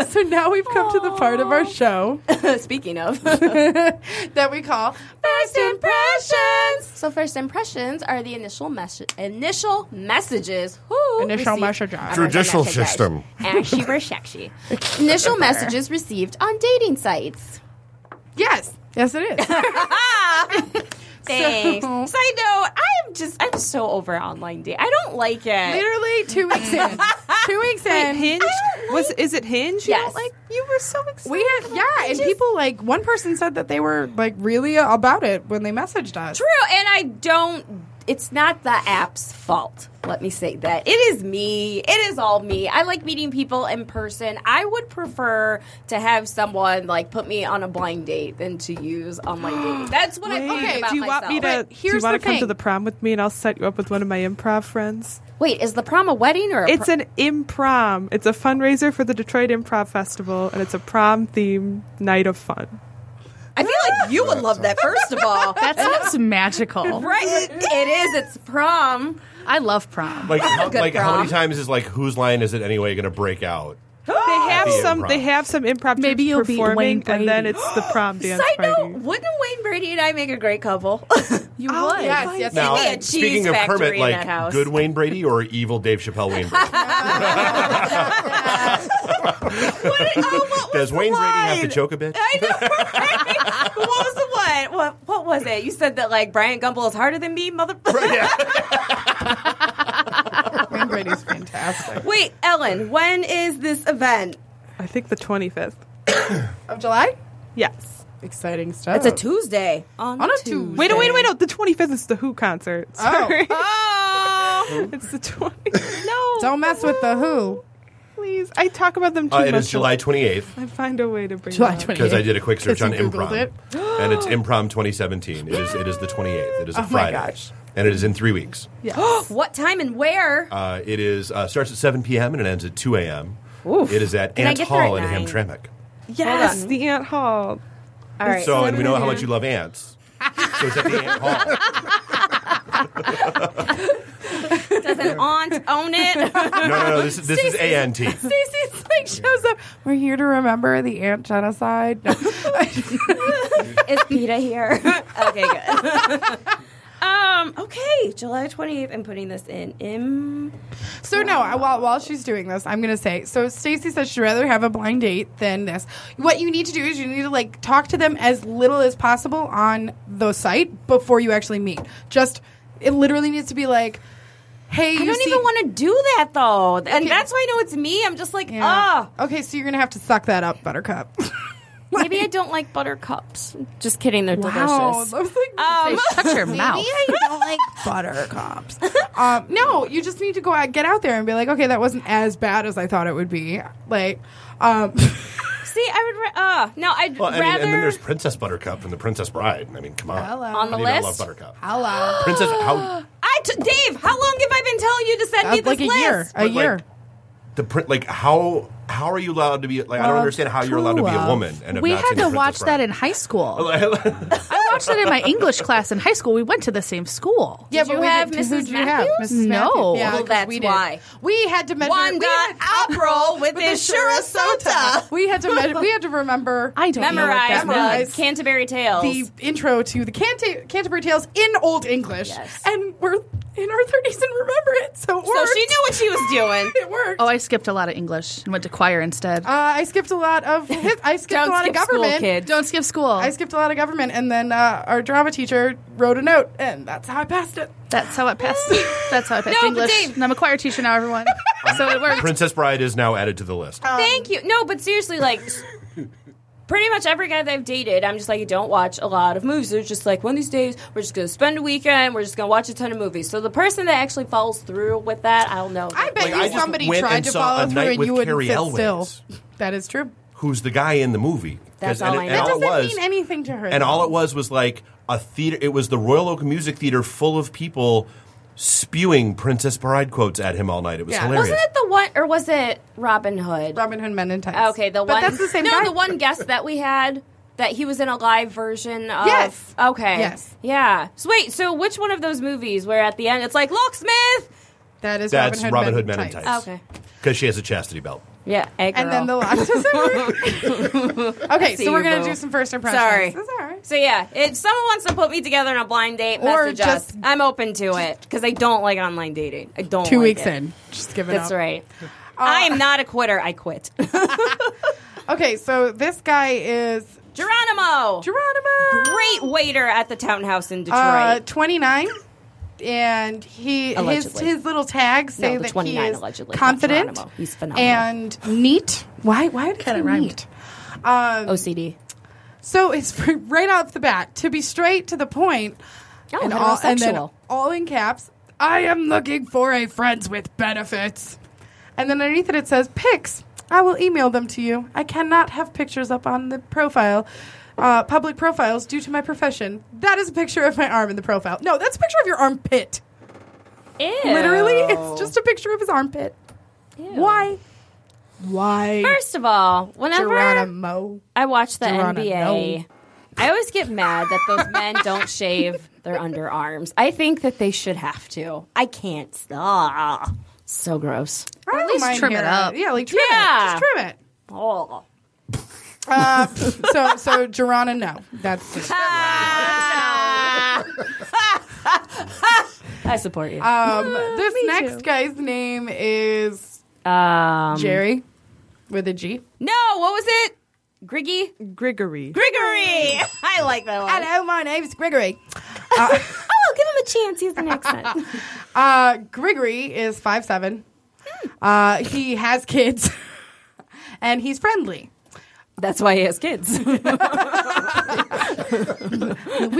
Speaker 2: so now we've come to the part of our show
Speaker 4: Speaking of.
Speaker 2: that we call First Impressions.
Speaker 4: So first impressions are the initial mes- initial messages. Who
Speaker 2: Initial
Speaker 4: received-
Speaker 2: messages.
Speaker 4: I'm not
Speaker 13: Judicial
Speaker 4: gonna message.
Speaker 13: system.
Speaker 4: Actually, we're sexy. Initial messages received on dating sites.
Speaker 2: Yes, yes, it is.
Speaker 4: Thanks.
Speaker 2: So-
Speaker 4: Side note: I'm just I'm so over online date. I don't like it.
Speaker 2: Literally two weeks in, two weeks in, Ah,
Speaker 9: Hinge was is it Hinge? You
Speaker 4: Yes.
Speaker 9: don't Like you were so excited.
Speaker 2: we had yeah, and people like one person said that they were like really about it when they messaged us.
Speaker 4: True, and I don't. It's not the app's fault. Let me say that it is me. It is all me. I like meeting people in person. I would prefer to have someone like put me on a blind date than to use online dating. That's what I think
Speaker 2: okay,
Speaker 4: about
Speaker 9: do you want me
Speaker 4: myself.
Speaker 9: to?
Speaker 2: But
Speaker 9: do you
Speaker 2: here's
Speaker 9: want
Speaker 2: the
Speaker 9: to come
Speaker 2: thing.
Speaker 9: to the prom with me, and I'll set you up with one of my improv friends?
Speaker 4: Wait, is the prom a wedding or a
Speaker 9: It's
Speaker 4: pro-
Speaker 9: an improm. It's a fundraiser for the Detroit Improv Festival, and it's a prom themed night of fun.
Speaker 4: I feel like you would love that. First of all,
Speaker 3: That sounds magical.
Speaker 4: right? It is. It's prom.
Speaker 3: I love prom.
Speaker 8: Like, how,
Speaker 4: Good
Speaker 8: like how
Speaker 4: prom.
Speaker 8: many times is like whose line is it anyway going to break out?
Speaker 9: They have
Speaker 8: The
Speaker 9: some.
Speaker 8: improv.
Speaker 9: They have some improv.
Speaker 3: Maybe
Speaker 9: troops
Speaker 3: you'll be Wayne
Speaker 9: performing,
Speaker 3: Brady.
Speaker 9: and then it's the prom dance
Speaker 4: Side note:
Speaker 9: party.
Speaker 4: Wouldn't Wayne Brady and I make a great couple?
Speaker 3: You would.
Speaker 2: Yes, yes,
Speaker 8: Now,
Speaker 4: Give me a cheese
Speaker 8: speaking of
Speaker 4: factory
Speaker 8: Kermit,
Speaker 4: in
Speaker 8: like
Speaker 4: that house.
Speaker 8: good Wayne Brady or evil Dave Chappelle Wayne Brady?
Speaker 4: oh, what was
Speaker 8: Does Wayne
Speaker 4: the
Speaker 8: Brady
Speaker 4: line?
Speaker 8: have to choke a bit?
Speaker 4: I know. Right? But what was the one? What what was it? You said that like Brian Gumble is harder than me, mother.
Speaker 2: Wayne Brady's fantastic.
Speaker 4: Wait, Ellen, when is this event?
Speaker 9: I think the twenty fifth.
Speaker 2: Of July,
Speaker 9: Yes.
Speaker 2: exciting stuff.
Speaker 4: It's a Tuesday. On,
Speaker 2: On a
Speaker 4: Tuesday.
Speaker 2: Tuesday.
Speaker 9: Wait, no, wait, no, wait, no. The twenty fifth is the Who concert. Sorry,
Speaker 4: Oh
Speaker 9: it's the twenty.
Speaker 4: no!
Speaker 2: Don't mess with the who.
Speaker 9: Please, I talk about them too
Speaker 8: Uh,
Speaker 9: much.
Speaker 8: it is July 28th
Speaker 9: I find a way to bring
Speaker 2: July
Speaker 9: it up.
Speaker 2: twenty.
Speaker 8: because I did a quick search on
Speaker 2: Because you Googled
Speaker 8: Improm,
Speaker 2: it.
Speaker 8: and it's Improm 2017. It is it is the 28th. It is a
Speaker 2: Oh my
Speaker 8: Friday,
Speaker 2: gosh.
Speaker 8: and it is in three weeks.
Speaker 4: What time and where?
Speaker 8: Uh, it is uh, starts at 7 p.m. and it ends at 2 a.m. It is at
Speaker 4: I
Speaker 8: Ant
Speaker 4: get there
Speaker 8: Hall
Speaker 4: at
Speaker 8: in
Speaker 4: nine?
Speaker 8: Hamtramck.
Speaker 9: Yes,
Speaker 4: Hold on.
Speaker 9: the Ant Hall.
Speaker 4: All right.
Speaker 8: So, and we know how much you love ants. So it's at the Ant Hall.
Speaker 4: Does an aunt own it?
Speaker 8: No, no, no. This, this is A N T.
Speaker 2: Stacey's like shows up. We're here to remember the ant genocide. No.
Speaker 4: is Peta here? okay, good. Um, Um, okay, July 28th. I'm putting this in. M.
Speaker 2: So no, I- while while she's doing this, I'm gonna say. So Stacy says she'd rather have a blind date than this. What you need to do is you need to like talk to them as little as possible on the site before you actually meet. Just it literally needs to be like, hey,
Speaker 4: I don't even want to do that though, and that's why I know it's me. I'm just like, ah.
Speaker 2: Okay, so you're gonna have to suck that up, Buttercup.
Speaker 4: Maybe I don't like buttercups. Just kidding, they're
Speaker 2: Wow,
Speaker 4: delicious.
Speaker 2: I was
Speaker 4: Um,
Speaker 2: like,
Speaker 4: shut your mouth.
Speaker 2: Maybe I don't like buttercups. um, no, you just need to go out, get out there and be like, okay, that wasn't as bad as I thought it would be. Like, um,
Speaker 4: See, I would. Ra- uh, no, I'd
Speaker 8: Well, I mean,
Speaker 4: rather. uh,
Speaker 8: and then there's Princess Buttercup and the Princess Bride. I mean, come on.
Speaker 4: Hello. On the
Speaker 8: How do you
Speaker 4: list?
Speaker 8: not love Buttercup.
Speaker 4: uh,
Speaker 2: Hello.
Speaker 8: Princess, how
Speaker 4: I t- Dave, how long have I been telling you to send
Speaker 2: That's
Speaker 4: me this
Speaker 2: like a
Speaker 4: list?
Speaker 2: year, a
Speaker 8: But, like,
Speaker 2: year.
Speaker 8: the print like how how are you allowed to be like I don't
Speaker 3: Love,
Speaker 8: understand how you're allowed to be a woman and have
Speaker 3: uh, we
Speaker 8: not
Speaker 3: had
Speaker 8: seen
Speaker 3: to
Speaker 8: the
Speaker 3: watch
Speaker 8: Princess
Speaker 3: that in high school.
Speaker 8: Bride.
Speaker 3: I watched it in my English class in high school. We went to the same school.
Speaker 2: Yeah, but we have Mrs. Matthews. Mrs.
Speaker 3: No.
Speaker 2: Matthews.
Speaker 4: Oh,
Speaker 2: Yeah, 'cause we did. we had to measure. we had,
Speaker 4: April with
Speaker 2: the Sarasota. We had to measure. We had to remember. I
Speaker 4: don't know what that Memorize the Canterbury Tales.
Speaker 2: The intro to the Cante- Canterbury Tales in Old English, and we're in our thirties and remember it. So, it worked.
Speaker 4: what she was doing.
Speaker 2: it worked.
Speaker 3: Oh, I skipped a lot of English and went to choir instead.
Speaker 2: Uh, I skipped a lot of. his- I skipped
Speaker 3: Don't
Speaker 2: a lot
Speaker 3: skip
Speaker 2: of
Speaker 3: school,
Speaker 2: government.
Speaker 3: kid. Don't skip school.
Speaker 2: I skipped a lot of government, and then uh, our drama teacher wrote a note, and that's how I passed it.
Speaker 3: That's how it passed. That's how I passed
Speaker 4: No, but
Speaker 3: English. And I'm a choir teacher now, everyone. so it worked.
Speaker 8: Princess Bride is now added to the list.
Speaker 2: Um,
Speaker 4: Thank you. No, but seriously, like. s- Pretty much every guy that I've dated, I'm just like, I don't watch a lot of movies. They're just like, one of these days, we're just going to spend a weekend, we're just going to watch a ton of movies. So the person that actually follows through with that, I'll know.
Speaker 2: I bet
Speaker 8: Like,
Speaker 2: you
Speaker 8: I just
Speaker 2: somebody
Speaker 8: went
Speaker 2: tried
Speaker 8: and
Speaker 2: to
Speaker 8: saw A
Speaker 2: follow through,
Speaker 8: Night
Speaker 2: and
Speaker 8: with
Speaker 2: you wouldn't
Speaker 8: Carrie
Speaker 2: sit
Speaker 8: Elwes.
Speaker 2: still. That is true.
Speaker 8: Who's the guy in the movie? 'Cause-
Speaker 2: That's
Speaker 8: and,
Speaker 2: all I
Speaker 8: and
Speaker 2: know. That
Speaker 8: all it
Speaker 2: doesn't
Speaker 8: was,
Speaker 2: mean anything to her.
Speaker 8: And
Speaker 2: though.
Speaker 8: all it was was like a theater. It was the Royal Oak Music Theater full of people spewing Princess Bride quotes at him all night. It was hilarious.
Speaker 4: Wasn't it the one, or was it Robin Hood?
Speaker 2: Robin Hood Men in Tights.
Speaker 4: Okay, the
Speaker 2: But
Speaker 4: one.
Speaker 2: that's the same
Speaker 4: No,
Speaker 2: guy.
Speaker 4: the one guest that we had that he was in a live version of.
Speaker 2: Yes.
Speaker 4: Okay.
Speaker 2: Yes.
Speaker 4: Yeah. So wait, so which one of those movies where at the end it's like locksmith?
Speaker 2: That is
Speaker 8: That's Robin Hood Men in Tights.
Speaker 4: Okay.
Speaker 8: Because she has a chastity belt.
Speaker 4: Yeah.
Speaker 2: And then the last Okay,
Speaker 4: see
Speaker 2: so we're
Speaker 4: you,
Speaker 2: gonna
Speaker 4: boo.
Speaker 2: do some first impressions.
Speaker 4: Sorry.
Speaker 2: That's all right.
Speaker 4: So yeah, if someone wants to put me together on a blind date,
Speaker 2: Or
Speaker 4: message
Speaker 2: just-
Speaker 4: us. I'm open to it because I don't like online dating. I don't.
Speaker 2: Two
Speaker 4: like
Speaker 2: weeks
Speaker 4: it.
Speaker 2: in, Uh, just give it
Speaker 4: That's
Speaker 2: up.
Speaker 4: right. I am not a quitter. I quit.
Speaker 2: Okay, so this guy is
Speaker 4: Geronimo.
Speaker 2: Geronimo.
Speaker 4: Great waiter at the townhouse in Detroit.
Speaker 2: uh, 29, and he his
Speaker 4: Allegedly.
Speaker 2: his little tags
Speaker 4: No,
Speaker 2: say
Speaker 4: the
Speaker 2: that he
Speaker 4: 29
Speaker 2: is
Speaker 4: allegedly, not
Speaker 2: confident.
Speaker 4: Geronimo. He's phenomenal.
Speaker 2: and neat. Why? Why did it rhyme? Neat? Um,
Speaker 4: OCD.
Speaker 2: So it's right off the bat to be straight to the point,
Speaker 4: Oh,
Speaker 2: and, all, and then
Speaker 4: heterosexual.
Speaker 2: all in caps. I am looking for a friends with benefits, and then underneath it it says pics. I will email them to you. I cannot have pictures up on the profile, uh, public profiles, due to my profession. That is a picture of my arm in the profile. No, that's a picture of your armpit. Literally, it's just a picture of his armpit. Why? Why?
Speaker 4: First of all, whenever
Speaker 2: Geronimo.
Speaker 4: I watch the
Speaker 2: Geronimo.
Speaker 4: NBA, I always get mad that those men don't shave their underarms. I think that they should have to. I can't. Ah, so gross.
Speaker 2: I don't
Speaker 3: least
Speaker 2: mind
Speaker 3: trim it
Speaker 2: hair.
Speaker 3: up.
Speaker 2: Yeah, like trim
Speaker 4: Yeah.
Speaker 2: it. Just trim it.
Speaker 4: Oh.
Speaker 2: Uh, so, so Geronimo, no. That's it.
Speaker 4: I support you.
Speaker 2: Um, this next guy's name is
Speaker 4: Um,
Speaker 2: Jerry with a G.
Speaker 4: No, what was it? Griggy?
Speaker 9: Grigory.
Speaker 4: Grigory! I like that one.
Speaker 2: Hello, my name's Gregory.
Speaker 4: oh, give him a chance. He has an accent.
Speaker 2: Uh, Gregory is five seven. Uh, he has kids, and he's friendly.
Speaker 4: That's why he has kids.
Speaker 2: We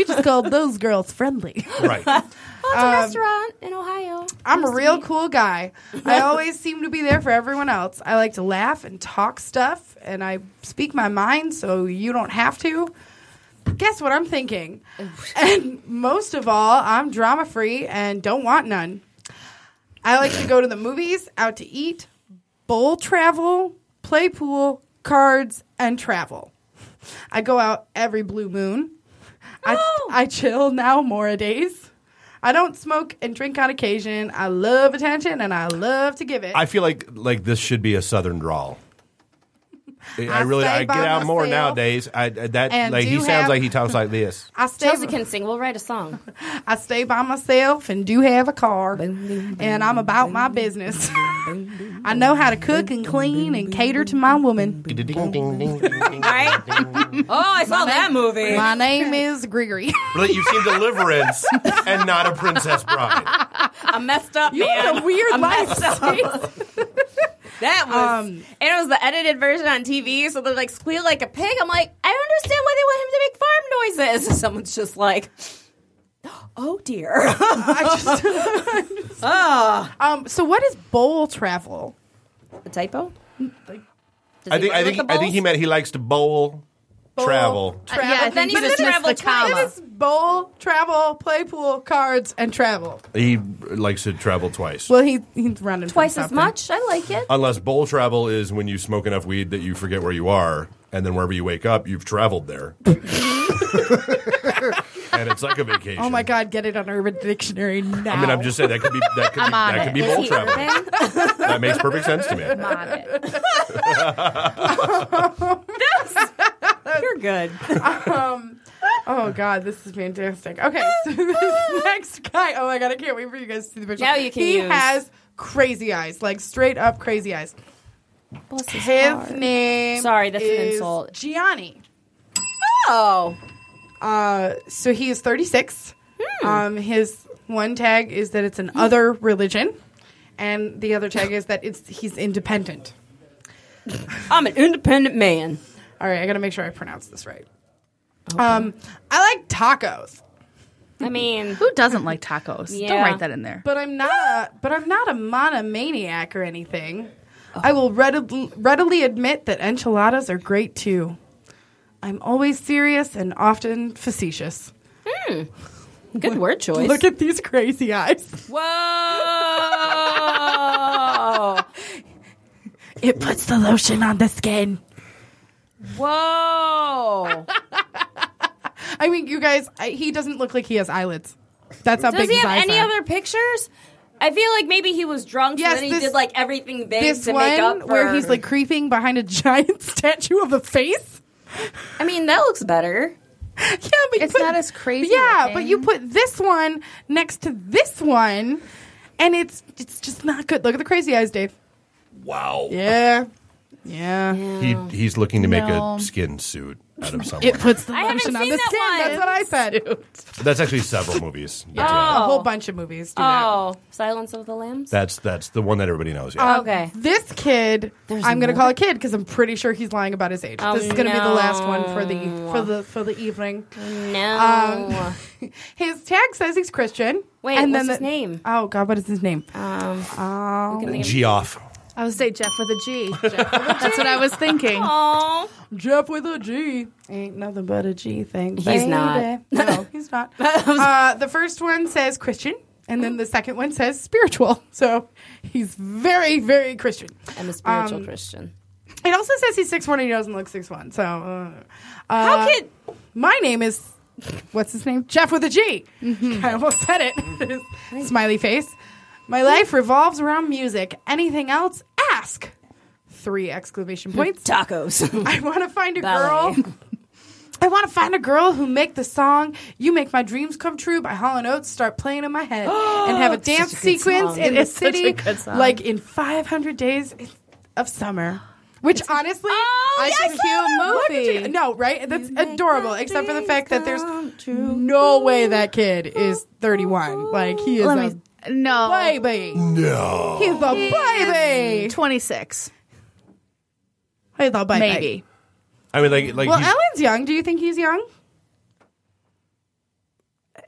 Speaker 2: just called those girls friendly.
Speaker 8: Right.
Speaker 4: Oh, it's a restaurant in Ohio.
Speaker 2: I'm a
Speaker 4: Nice to
Speaker 2: real
Speaker 4: meet you.
Speaker 2: cool guy. I always seem to be there for everyone else. I like to laugh and talk stuff, and I speak my mind so you don't have to. Guess what I'm thinking? and most of all, I'm drama free and don't want none. I like to go to the movies, out to eat, bowl travel, play pool, cards, and travel. I go out every blue moon. I, I chill now more days. I don't smoke and drink on occasion. I love attention and I love to give it.
Speaker 8: I feel like like this should be a Southern drawl. I really
Speaker 4: stay
Speaker 8: I get
Speaker 4: by
Speaker 8: out more
Speaker 4: myself
Speaker 8: nowadays. I, I- that
Speaker 2: and
Speaker 8: like he
Speaker 2: do
Speaker 8: sounds
Speaker 2: have-
Speaker 8: like he talks like this.
Speaker 2: I stay
Speaker 4: Chelsea can sing. We'll write a song.
Speaker 2: I stay by myself and do have a car, and I'm about my business. I know how to cook and clean and cater to my woman.
Speaker 4: right? oh, I saw that movie.
Speaker 2: My name is Gregory.
Speaker 8: But you've seen Deliverance and not a Princess Bride.
Speaker 4: I messed up.
Speaker 2: You
Speaker 4: man.
Speaker 2: had a weird
Speaker 4: I
Speaker 2: life, Um,
Speaker 4: messed up. that was, and it was the edited version on TV. So they're like squeal like a pig. I'm like, I don't understand why they want him to make farm noises. Someone's just like, oh dear. Ah.
Speaker 2: um, so what is bowl travel?
Speaker 4: A typo?
Speaker 8: I think I think I think he meant he likes to bowl,
Speaker 3: Uh,
Speaker 8: travel.
Speaker 2: Travel.
Speaker 4: Uh, yeah, I think you just missed the comma.
Speaker 2: It is bowl, travel, play pool, cards, and travel.
Speaker 8: He likes to travel twice.
Speaker 2: Well, he he's running
Speaker 4: Twice
Speaker 2: from
Speaker 4: as
Speaker 2: something.
Speaker 4: much. I like it.
Speaker 8: Unless bowl travel is when you smoke enough weed that you forget where you are, and then wherever you wake up, you've traveled there. and it's like a vacation.
Speaker 2: Oh my god, get it on Urban Dictionary now.
Speaker 8: I mean, I'm just saying that could be that could be, that could be bowl travel. That makes perfect sense to me.
Speaker 2: I'm
Speaker 4: on it.
Speaker 2: You're good. um, oh god, this is fantastic. Okay, so this next guy. Oh my god, I can't wait for you guys to see the picture.
Speaker 4: Now you can
Speaker 2: He
Speaker 4: use-
Speaker 2: has crazy eyes, like straight up crazy eyes.
Speaker 4: Bless his
Speaker 2: His
Speaker 4: heart.
Speaker 2: name.
Speaker 4: Sorry, that's an
Speaker 2: is
Speaker 4: insult.
Speaker 2: Gianni.
Speaker 4: Oh.
Speaker 2: Uh, so he is 36. Um, his one tag is that it's an other religion, and the other tag is that it's he's independent.
Speaker 4: I'm an independent man.
Speaker 2: All right, I gotta make sure I pronounce this right. Um, I like tacos.
Speaker 4: I mean,
Speaker 3: who doesn't like tacos? Don't
Speaker 2: Yeah.
Speaker 3: write that in there.
Speaker 2: But I'm not a but I'm not a monomaniac or anything. I will readily, readily admit that enchiladas are great too. I'm always serious and often facetious.
Speaker 4: Good word choice.
Speaker 2: Look at these crazy eyes.
Speaker 4: Whoa!
Speaker 2: It puts the lotion on the skin.
Speaker 4: Whoa!
Speaker 2: I mean, you guys, I, he doesn't look like he has eyelids. That's how
Speaker 4: Does
Speaker 2: big
Speaker 4: he
Speaker 2: his
Speaker 4: have
Speaker 2: eyes
Speaker 4: any
Speaker 2: are.
Speaker 4: other pictures? I feel like maybe he was drunk,
Speaker 2: Yes,
Speaker 4: so then he
Speaker 2: this-
Speaker 4: did like everything big
Speaker 2: this
Speaker 4: to
Speaker 2: one
Speaker 4: make up for.
Speaker 2: where he's like creeping behind a giant statue of a face.
Speaker 4: I mean, that looks better.
Speaker 2: Yeah, but it's not as crazy. Yeah, but you put this one next to this one, and it's it's just not good. Look at the crazy eyes, Dave.
Speaker 8: Wow.
Speaker 2: Yeah, yeah.
Speaker 8: He he's looking to make
Speaker 2: No.
Speaker 8: a skin suit out of someone.
Speaker 2: It puts the
Speaker 4: I haven't
Speaker 2: lotion on
Speaker 4: seen
Speaker 2: the
Speaker 4: that
Speaker 2: skin.
Speaker 4: one.
Speaker 2: That's what I said.
Speaker 8: That's actually several movies.
Speaker 2: Yeah, a whole bunch of movies. Do that.
Speaker 4: Oh, Silence of the Lambs.
Speaker 8: That's that's the one that everybody knows. Yeah.
Speaker 2: Um, This kid, I'm going to call a kid because I'm pretty sure he's lying about his age.
Speaker 4: Oh,
Speaker 2: this is going to be the last one
Speaker 4: no.
Speaker 2: for the e-, for the for the evening.
Speaker 4: No.
Speaker 2: Um, his tag says he's Christian.
Speaker 4: Oh. Wait,
Speaker 2: and
Speaker 4: what's
Speaker 2: then
Speaker 4: his
Speaker 2: the-
Speaker 4: name?
Speaker 2: Oh God, what is his name?
Speaker 4: Um,
Speaker 2: oh,
Speaker 8: Geoff.
Speaker 3: I would say Jeff with a G. Jeff with a G. That's what I was thinking.
Speaker 4: Aww.
Speaker 2: Jeff with a G. Ain't nothing but a G thing.
Speaker 4: He's
Speaker 2: baby.
Speaker 4: not.
Speaker 2: No, he's not. uh, the first one says Christian, and then the second one says spiritual. So he's very, very Christian.
Speaker 4: I'm a spiritual
Speaker 2: Um,
Speaker 4: Christian.
Speaker 2: It also says he's six one and he doesn't look six one. So uh,
Speaker 4: How
Speaker 2: uh,
Speaker 4: could
Speaker 2: my name is what's his name? Jeff with a G. I almost said it. Smiley face. My life revolves around music. Anything else? Ask. Three exclamation points.
Speaker 4: tacos?
Speaker 2: I want to find a
Speaker 4: Ballet.
Speaker 2: girl. I want to find a girl who make the song "You Make My Dreams Come True" by Hall and Oates start playing in my head and have a dance sequence
Speaker 3: song.
Speaker 2: in a
Speaker 3: It's such a
Speaker 2: city
Speaker 3: good song.
Speaker 2: like in 500 days of summer. Which honestly, I
Speaker 4: yes,
Speaker 2: should hear
Speaker 4: I love that movie.
Speaker 2: No, right? That's adorable. Except for the fact that there's no way that kid is 31. Like he is
Speaker 3: Let
Speaker 2: a
Speaker 3: me- No.
Speaker 2: baby.
Speaker 8: No.
Speaker 2: He's a baby.
Speaker 3: 26.
Speaker 2: He's a baby.
Speaker 3: Maybe.
Speaker 8: I mean, like like
Speaker 2: well,
Speaker 8: he's-
Speaker 2: Ellen's young. Do you think he's young?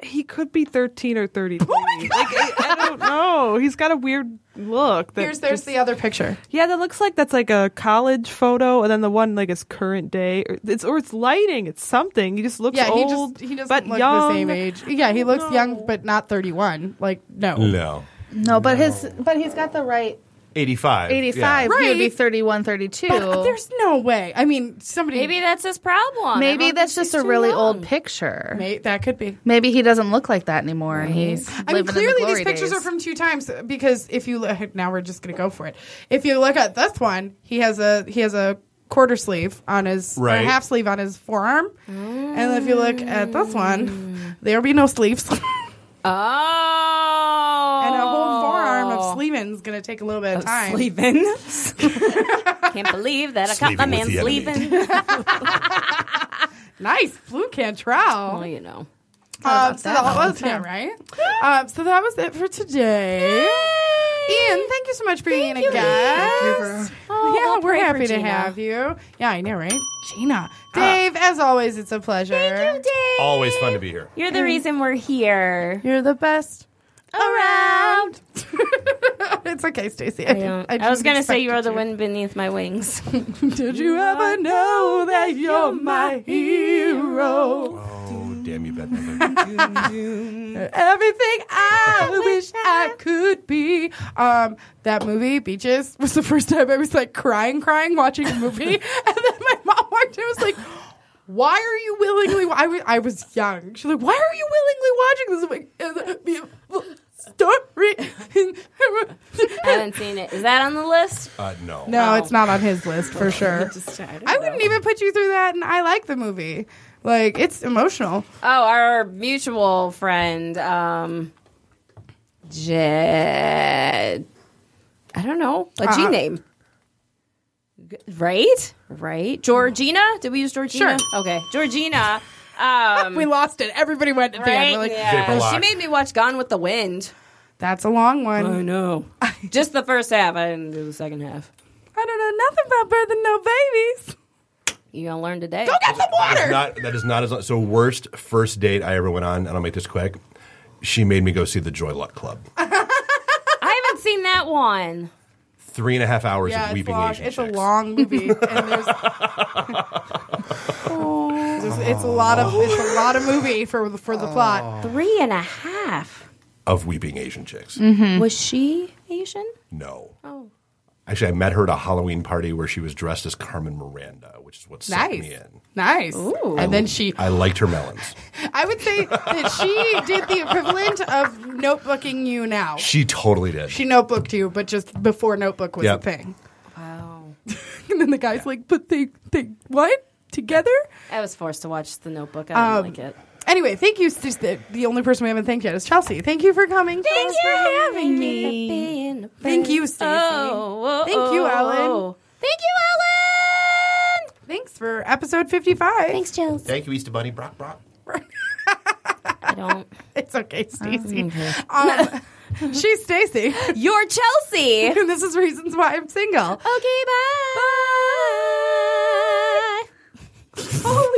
Speaker 9: He could be 13 or 33.
Speaker 2: Oh
Speaker 9: like, I, I don't know. He's got a weird look. That
Speaker 2: Here's there's
Speaker 9: just-
Speaker 2: the other picture.
Speaker 9: Yeah, that looks like that's like a college photo, and then the one like is current day. Or it's or it's lighting. It's something. He just looks
Speaker 2: Yeah, he
Speaker 9: old.
Speaker 2: just he doesn't
Speaker 9: but
Speaker 2: look
Speaker 9: young.
Speaker 2: the same age. Yeah, he looks young but not 31. Like no.
Speaker 8: no.
Speaker 3: No, but his but he's got the right
Speaker 8: 85.
Speaker 3: 85.
Speaker 2: Yeah.
Speaker 3: He would be
Speaker 2: Right.
Speaker 3: 31, 32.
Speaker 2: But there's no way. I mean, somebody
Speaker 4: Maybe that's his problem.
Speaker 3: Maybe
Speaker 4: Everyone thinks
Speaker 3: that's just
Speaker 4: he's
Speaker 3: a
Speaker 4: too
Speaker 3: really
Speaker 4: young.
Speaker 3: old picture.
Speaker 2: May- that could be.
Speaker 3: Maybe he doesn't look like that anymore, and he's.
Speaker 2: I mean,
Speaker 3: living in the
Speaker 2: clearly
Speaker 3: glory
Speaker 2: these pictures
Speaker 3: days.
Speaker 2: are from two times because if you look, now we're just going to go for it. If you look at this one, he has a he has a quarter sleeve on his or
Speaker 5: Right.
Speaker 2: half sleeve on his forearm. And if you look at this one, there'll be no sleeves.
Speaker 4: Oh.
Speaker 2: And a whole forearm of sleeving is going to take a little bit of time.
Speaker 4: sleeving? Can't believe that I caught my
Speaker 2: Sleeving with
Speaker 4: man
Speaker 2: the enemy.
Speaker 4: sleeving.
Speaker 2: nice blue cantrell.
Speaker 4: Well, you know.
Speaker 2: Um,
Speaker 4: about
Speaker 2: so
Speaker 4: that
Speaker 2: that
Speaker 4: all the
Speaker 2: was yeah,
Speaker 4: time.
Speaker 2: right. um, so that was it for today. Ian, thank you so much for being a guest.
Speaker 4: Oh,
Speaker 2: yeah, we're
Speaker 5: pray for
Speaker 2: happy to
Speaker 5: Gina.
Speaker 2: have you. Yeah, I know, right? Gina, Dave, as always, it's a pleasure. Ah. Thank you, Dave.
Speaker 8: Always fun to be here.
Speaker 4: You're the reason we're here.
Speaker 2: You're the best around. it's okay, Stacey. I,
Speaker 4: Yeah.
Speaker 2: didn't- I
Speaker 4: I was
Speaker 2: didn't
Speaker 4: gonna
Speaker 2: expect
Speaker 4: say you are the
Speaker 2: to.
Speaker 4: wind beneath my wings.
Speaker 2: Did you ever know that you're my hero?
Speaker 8: Oh, damn you, Bette Midler.
Speaker 2: Everything I wish I could be. Um, that movie, Beaches, was the first time I was like crying, crying, watching a movie. and then my mom walked in and was like, why are you willingly? wa-" I was, I was young. She's like, why are you willingly watching this? I'm like, "It's a beautiful story.
Speaker 4: I haven't seen it. Is that on the list?
Speaker 8: Uh, no.
Speaker 2: No, it's not on his list for sure.
Speaker 4: I,
Speaker 2: I wouldn't even put you through that, and I like the movie. Like, it's emotional.
Speaker 4: Oh, our mutual friend, um, Jed. I don't know a G
Speaker 2: Uh,
Speaker 4: name, G- right? Right, Georgina. Did we use Georgina?
Speaker 2: Sure.
Speaker 4: Okay, Georgina. Um,
Speaker 2: we lost it. Everybody went at the end. We're like,
Speaker 4: yeah.
Speaker 2: Vapor
Speaker 4: She
Speaker 2: lock.
Speaker 4: made me watch Gone with the Wind.
Speaker 2: That's a long one. I
Speaker 4: know. Just the first half. I didn't do the second half.
Speaker 2: I don't know nothing about birthing no babies.
Speaker 4: You gonna learn today?
Speaker 2: Go get some
Speaker 8: That is
Speaker 2: water.
Speaker 8: not that is not as so worst first date I ever went on, and I'll make this quick. She made me go see the Joy Luck Club.
Speaker 4: I haven't seen that one.
Speaker 8: Three and a half hours
Speaker 2: yeah,
Speaker 8: of
Speaker 2: it's
Speaker 8: weeping
Speaker 2: long.
Speaker 8: Asian.
Speaker 2: It's a long movie, and there's oh, it's, it's a lot of it's a lot of movie for the- for the
Speaker 8: Oh,
Speaker 2: plot.
Speaker 4: Three and a half.
Speaker 8: Of weeping Asian chicks.
Speaker 2: Mm.
Speaker 4: Was she Asian?
Speaker 8: No.
Speaker 4: Oh.
Speaker 8: Actually, I met her at a Halloween party where she was dressed as Carmen Miranda, which is what sucked
Speaker 2: Nice.
Speaker 8: me in.
Speaker 2: Nice. And then she,
Speaker 8: I liked her melons.
Speaker 2: I would say that she did the equivalent of notebooking you now.
Speaker 8: She totally did.
Speaker 2: She notebooked you, but just before notebook was
Speaker 8: Yep.
Speaker 2: a thing. Wow. and then the guy's like, but they, they, what? Together?
Speaker 4: I was forced to watch The Notebook. I didn't
Speaker 2: Um,
Speaker 4: like it.
Speaker 2: Anyway, thank you. Sis- The, the only person we haven't thanked yet is Chelsea. Thank you for coming. Thank you for having me. Thank you, Stacey.
Speaker 4: oh,
Speaker 2: thank you,
Speaker 4: oh,
Speaker 2: Alan.
Speaker 4: oh.
Speaker 2: Thank you, Alan. Thanks for episode 55. Thanks, Chelsea.
Speaker 8: Thank you, Easter Bunny. Brock, Brock.
Speaker 4: I don't.
Speaker 2: It's okay, Stacey. Um, she's Stacy.
Speaker 4: You're Chelsea.
Speaker 2: and this is Reasons Why I'm Single. Okay,
Speaker 4: bye.
Speaker 2: Holy